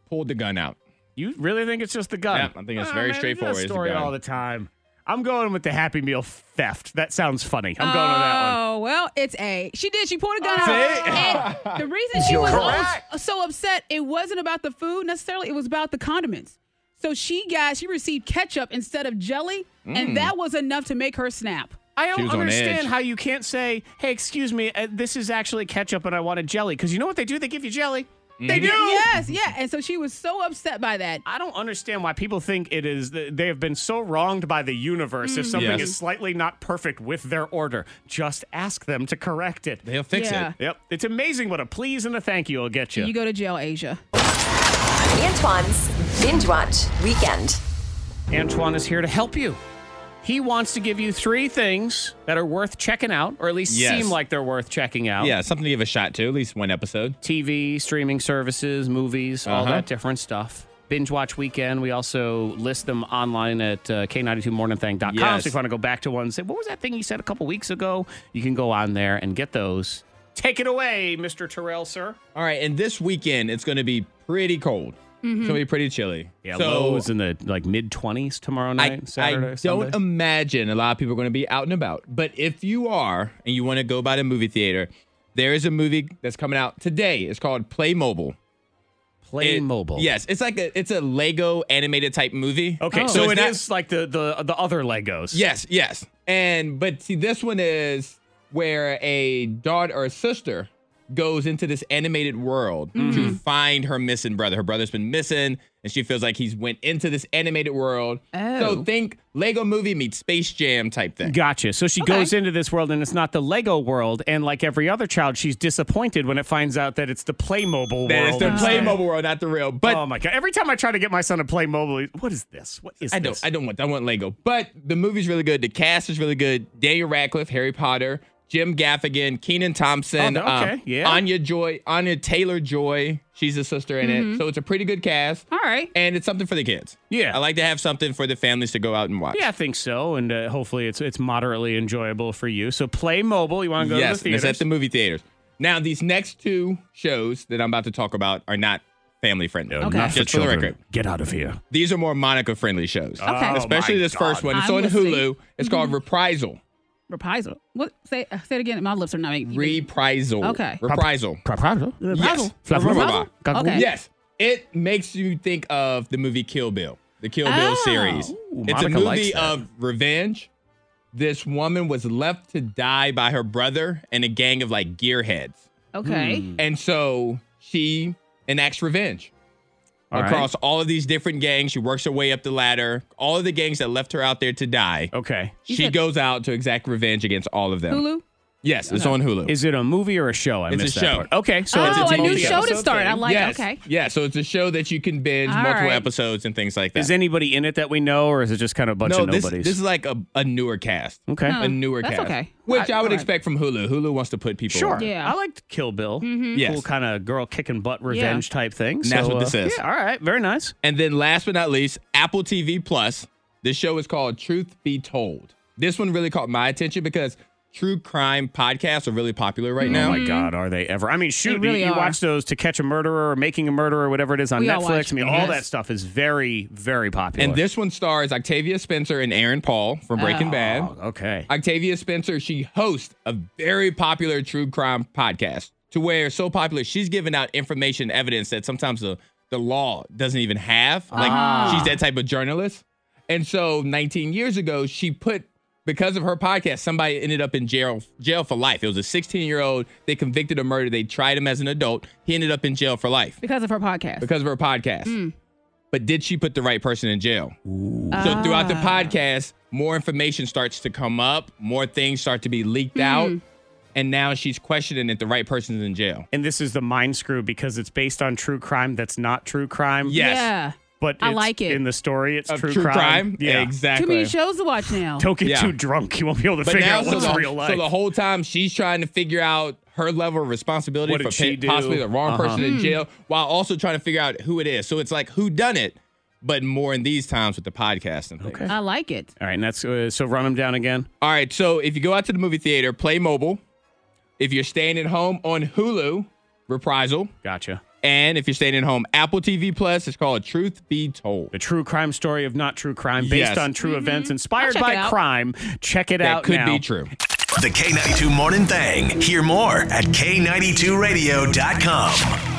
pulled the gun out.
You really think it's just the gun? Ah,
Yep, I think it's very
man, you do that
straightforward. It's the
Story
gun.
all the time. I'm going with the Happy Meal theft. That sounds funny. I'm going with that one.
Oh, well, it's A. She did. She pulled a gun
That's
out. And the reason she
You're
was
correct.
always so upset, it wasn't about the food necessarily, it was about the condiments. So she got, she received ketchup instead of jelly, and that was enough to make her snap.
I
She
don't
was on edge.
understand how you can't say, "Hey, excuse me, uh, this is actually ketchup, and I wanted jelly." Because you know what they do? They give you jelly.
Mm.
They do.
Yes, yeah. And so she was so upset by that.
I don't understand why people think it is. They have been so wronged by the universe. If something
Yes.
is slightly not perfect with their order, just ask them to correct it.
They'll fix
Yeah.
it.
Yep, it's amazing what a please and a thank you will get you.
You go to jail, Asia.
Antoine's Binge Watch Weekend.
Antoine is here to help you. He wants to give you three things that are worth checking out, or at least
Yes.
seem like they're worth checking out.
Yeah, something to give a shot to, at least one episode.
TV, streaming services, movies, all
Uh-huh.
that different stuff. Binge Watch Weekend. We also list them online at uh, K92morningthing.com.
Yes.
So if you want to go back to one and say, what was that thing you said a couple weeks ago? You can go on there and get those. Take it away, Mr. Terrell, sir.
All right, and this weekend it's gonna be pretty cold. It's gonna be pretty chilly.
Yeah,
So,
lows in the like mid 20s tomorrow
I,
night,
I
Saturday.
don't
Sunday.
imagine a lot of people are going to be out and about. But if you are and you want to go by the movie theater, there is a movie that's coming out today. It's called Play Mobile.
Play
It-
mobile.
Yes, it's like a it's a Lego animated type movie.
Okay, so
it's
it
not-
Oh. is like the, the the other Legos.
Yes, yes. And but see, this one is where a daughter or a sister goes into this animated world to find her missing brother. Her brother's been missing, and she feels like he's went into this animated world. So
Oh.
think Lego Movie meets Space Jam type thing.
Gotcha. So she
Okay.
goes into this world and it's not the Lego world. And like every other child, she's disappointed when it finds out that it's the Playmobil
That
world.
is the
instead.
Playmobil world, not the real. But
oh my God. Every time I try to get my son to Playmobil, he- what is this? What is
I don't.
this?
I don't want. I want Lego. But the movie's really good. The cast is really good. Daniel Radcliffe, Harry Potter, Jim Gaffigan, Keenan Thompson,
Oh, okay.
um,
Yeah.
Anya Joy, Anya Taylor Joy. She's a sister in
Mhm.
it, so it's a pretty good cast.
All right.
and it's something for the kids.
Mm-hmm. Yeah.
I like to have something for the families to go out and watch.
Yeah, I think so, and uh, hopefully it's it's moderately enjoyable for you. So play mobile. You want to go
yes,
to the
and it's
theater?
at the movie theaters. Now, these next two shows that I'm about to talk about are not family friendly.
Okay. not for
Just for the
children.
record.
Get out of here.
These are more Monica friendly shows.
Okay. Oh,
Especially
my
this first
God.
one. It's
I'm
on
listening.
Hulu. It's
Mm-hmm.
called Reprisal.
Reprisal. What? Say, uh, say it again. My lips are not.
Reprisal.
Okay.
Reprisal.
Reprisal.
Yes.
Reprisal?
Reprisal.
Okay.
Yes. It makes you think of the movie Kill Bill, the Kill Bill
Oh.
series.
Ooh,
it's a
Monica likes
movie
that.
of revenge. This woman was left to die by her brother and a gang of like gearheads.
Okay.
Hmm.
And so she enacts revenge
All right.
across all of these different gangs. She works her way up the ladder. All of the gangs that left her out there to die,
Okay.
You
she
said-
goes out to exact revenge against all of them.
Hulu.
Yes, it's on Hulu.
Is it a movie or a show? I
It's a
missed
show.
that part. Okay, so
Oh,
it's,
a new
multi-episode
show to start.
thing.
I like.
yes.
Okay.
Yeah, so it's a show that you can binge
All
multiple
right.
episodes and things like that.
Is anybody in it that we know, or is it just kind of a bunch
no,
of
this,
nobodies?
this is like a, a newer cast.
okay.
Huh.
A newer
Oh, That's
cast.
okay.
Which
I-
I, would
all right.
expect from Hulu. Hulu wants to put people
Sure.
on.
Yeah. Mm-hmm.
I liked Kill Bill.
Yes.
Cool kind of girl kicking butt revenge type thing. uh,
And that's what this is.
Yeah, all right. Very nice.
And then last but not least, Apple TV Plus. This show is called Truth Be Told. This one really caught my attention because true crime podcasts are really popular
Mm-hmm.
right now.
Oh my God, are they ever? I mean, shoot,
really
you, you
are.
watch those to catch a murderer or making a murderer or whatever it is on
We all
Netflix.
watch
I mean,
them,
all
yes.
that stuff is very, very popular.
And this one stars Octavia Spencer and Aaron Paul from Breaking Bad.
Oh, okay.
Octavia Spencer, she hosts a very popular true crime podcast to where it's so popular, she's giving out information, evidence that sometimes the, the law doesn't even have. Like she's that type of journalist. And so 19 years ago, she put because of her podcast, somebody ended up in jail jail for life. It was a 16 year old. They convicted of murder. They tried him as an adult. He ended up in jail for life
Because of her podcast.
because of her podcast. But did she put the right person in jail? So throughout the podcast, more information starts to come up, more things start to be leaked out, and now she's questioning if the right person's in jail.
And this is the mind screw because it's based on true crime that's not true crime.
Yes.
Yeah.
But
I
it's-
like it.
In the story, it's
Of
true,
true crime,
Yeah.
exactly.
Too many shows to watch now.
Don't get
Yeah.
too drunk. You won't be able to
But
figure
now,
out
so
what's
the,
real life.
so the whole time she's trying to figure out her level of responsibility
What
for
did she
pa-
do?
possibly the wrong
Uh-huh.
person in jail, while also trying to figure out who it is. So it's like who done it, but more in these times with the podcast and things.
Okay.
I like it.
All right, and that's uh, so run them down again.
All right, so if you go out to the movie theater, play mobile. If you're staying at home on Hulu, Reprisal.
Gotcha.
And if you're staying at home, Apple TV Plus, it's called Truth Be Told.
The true crime story of not true crime, based
Yes.
on true events, inspired
check it
by
out.
crime. Check it
That
out.
could
now.
be true.
The K92 Morning Thing. Hear more at K92Radio.com.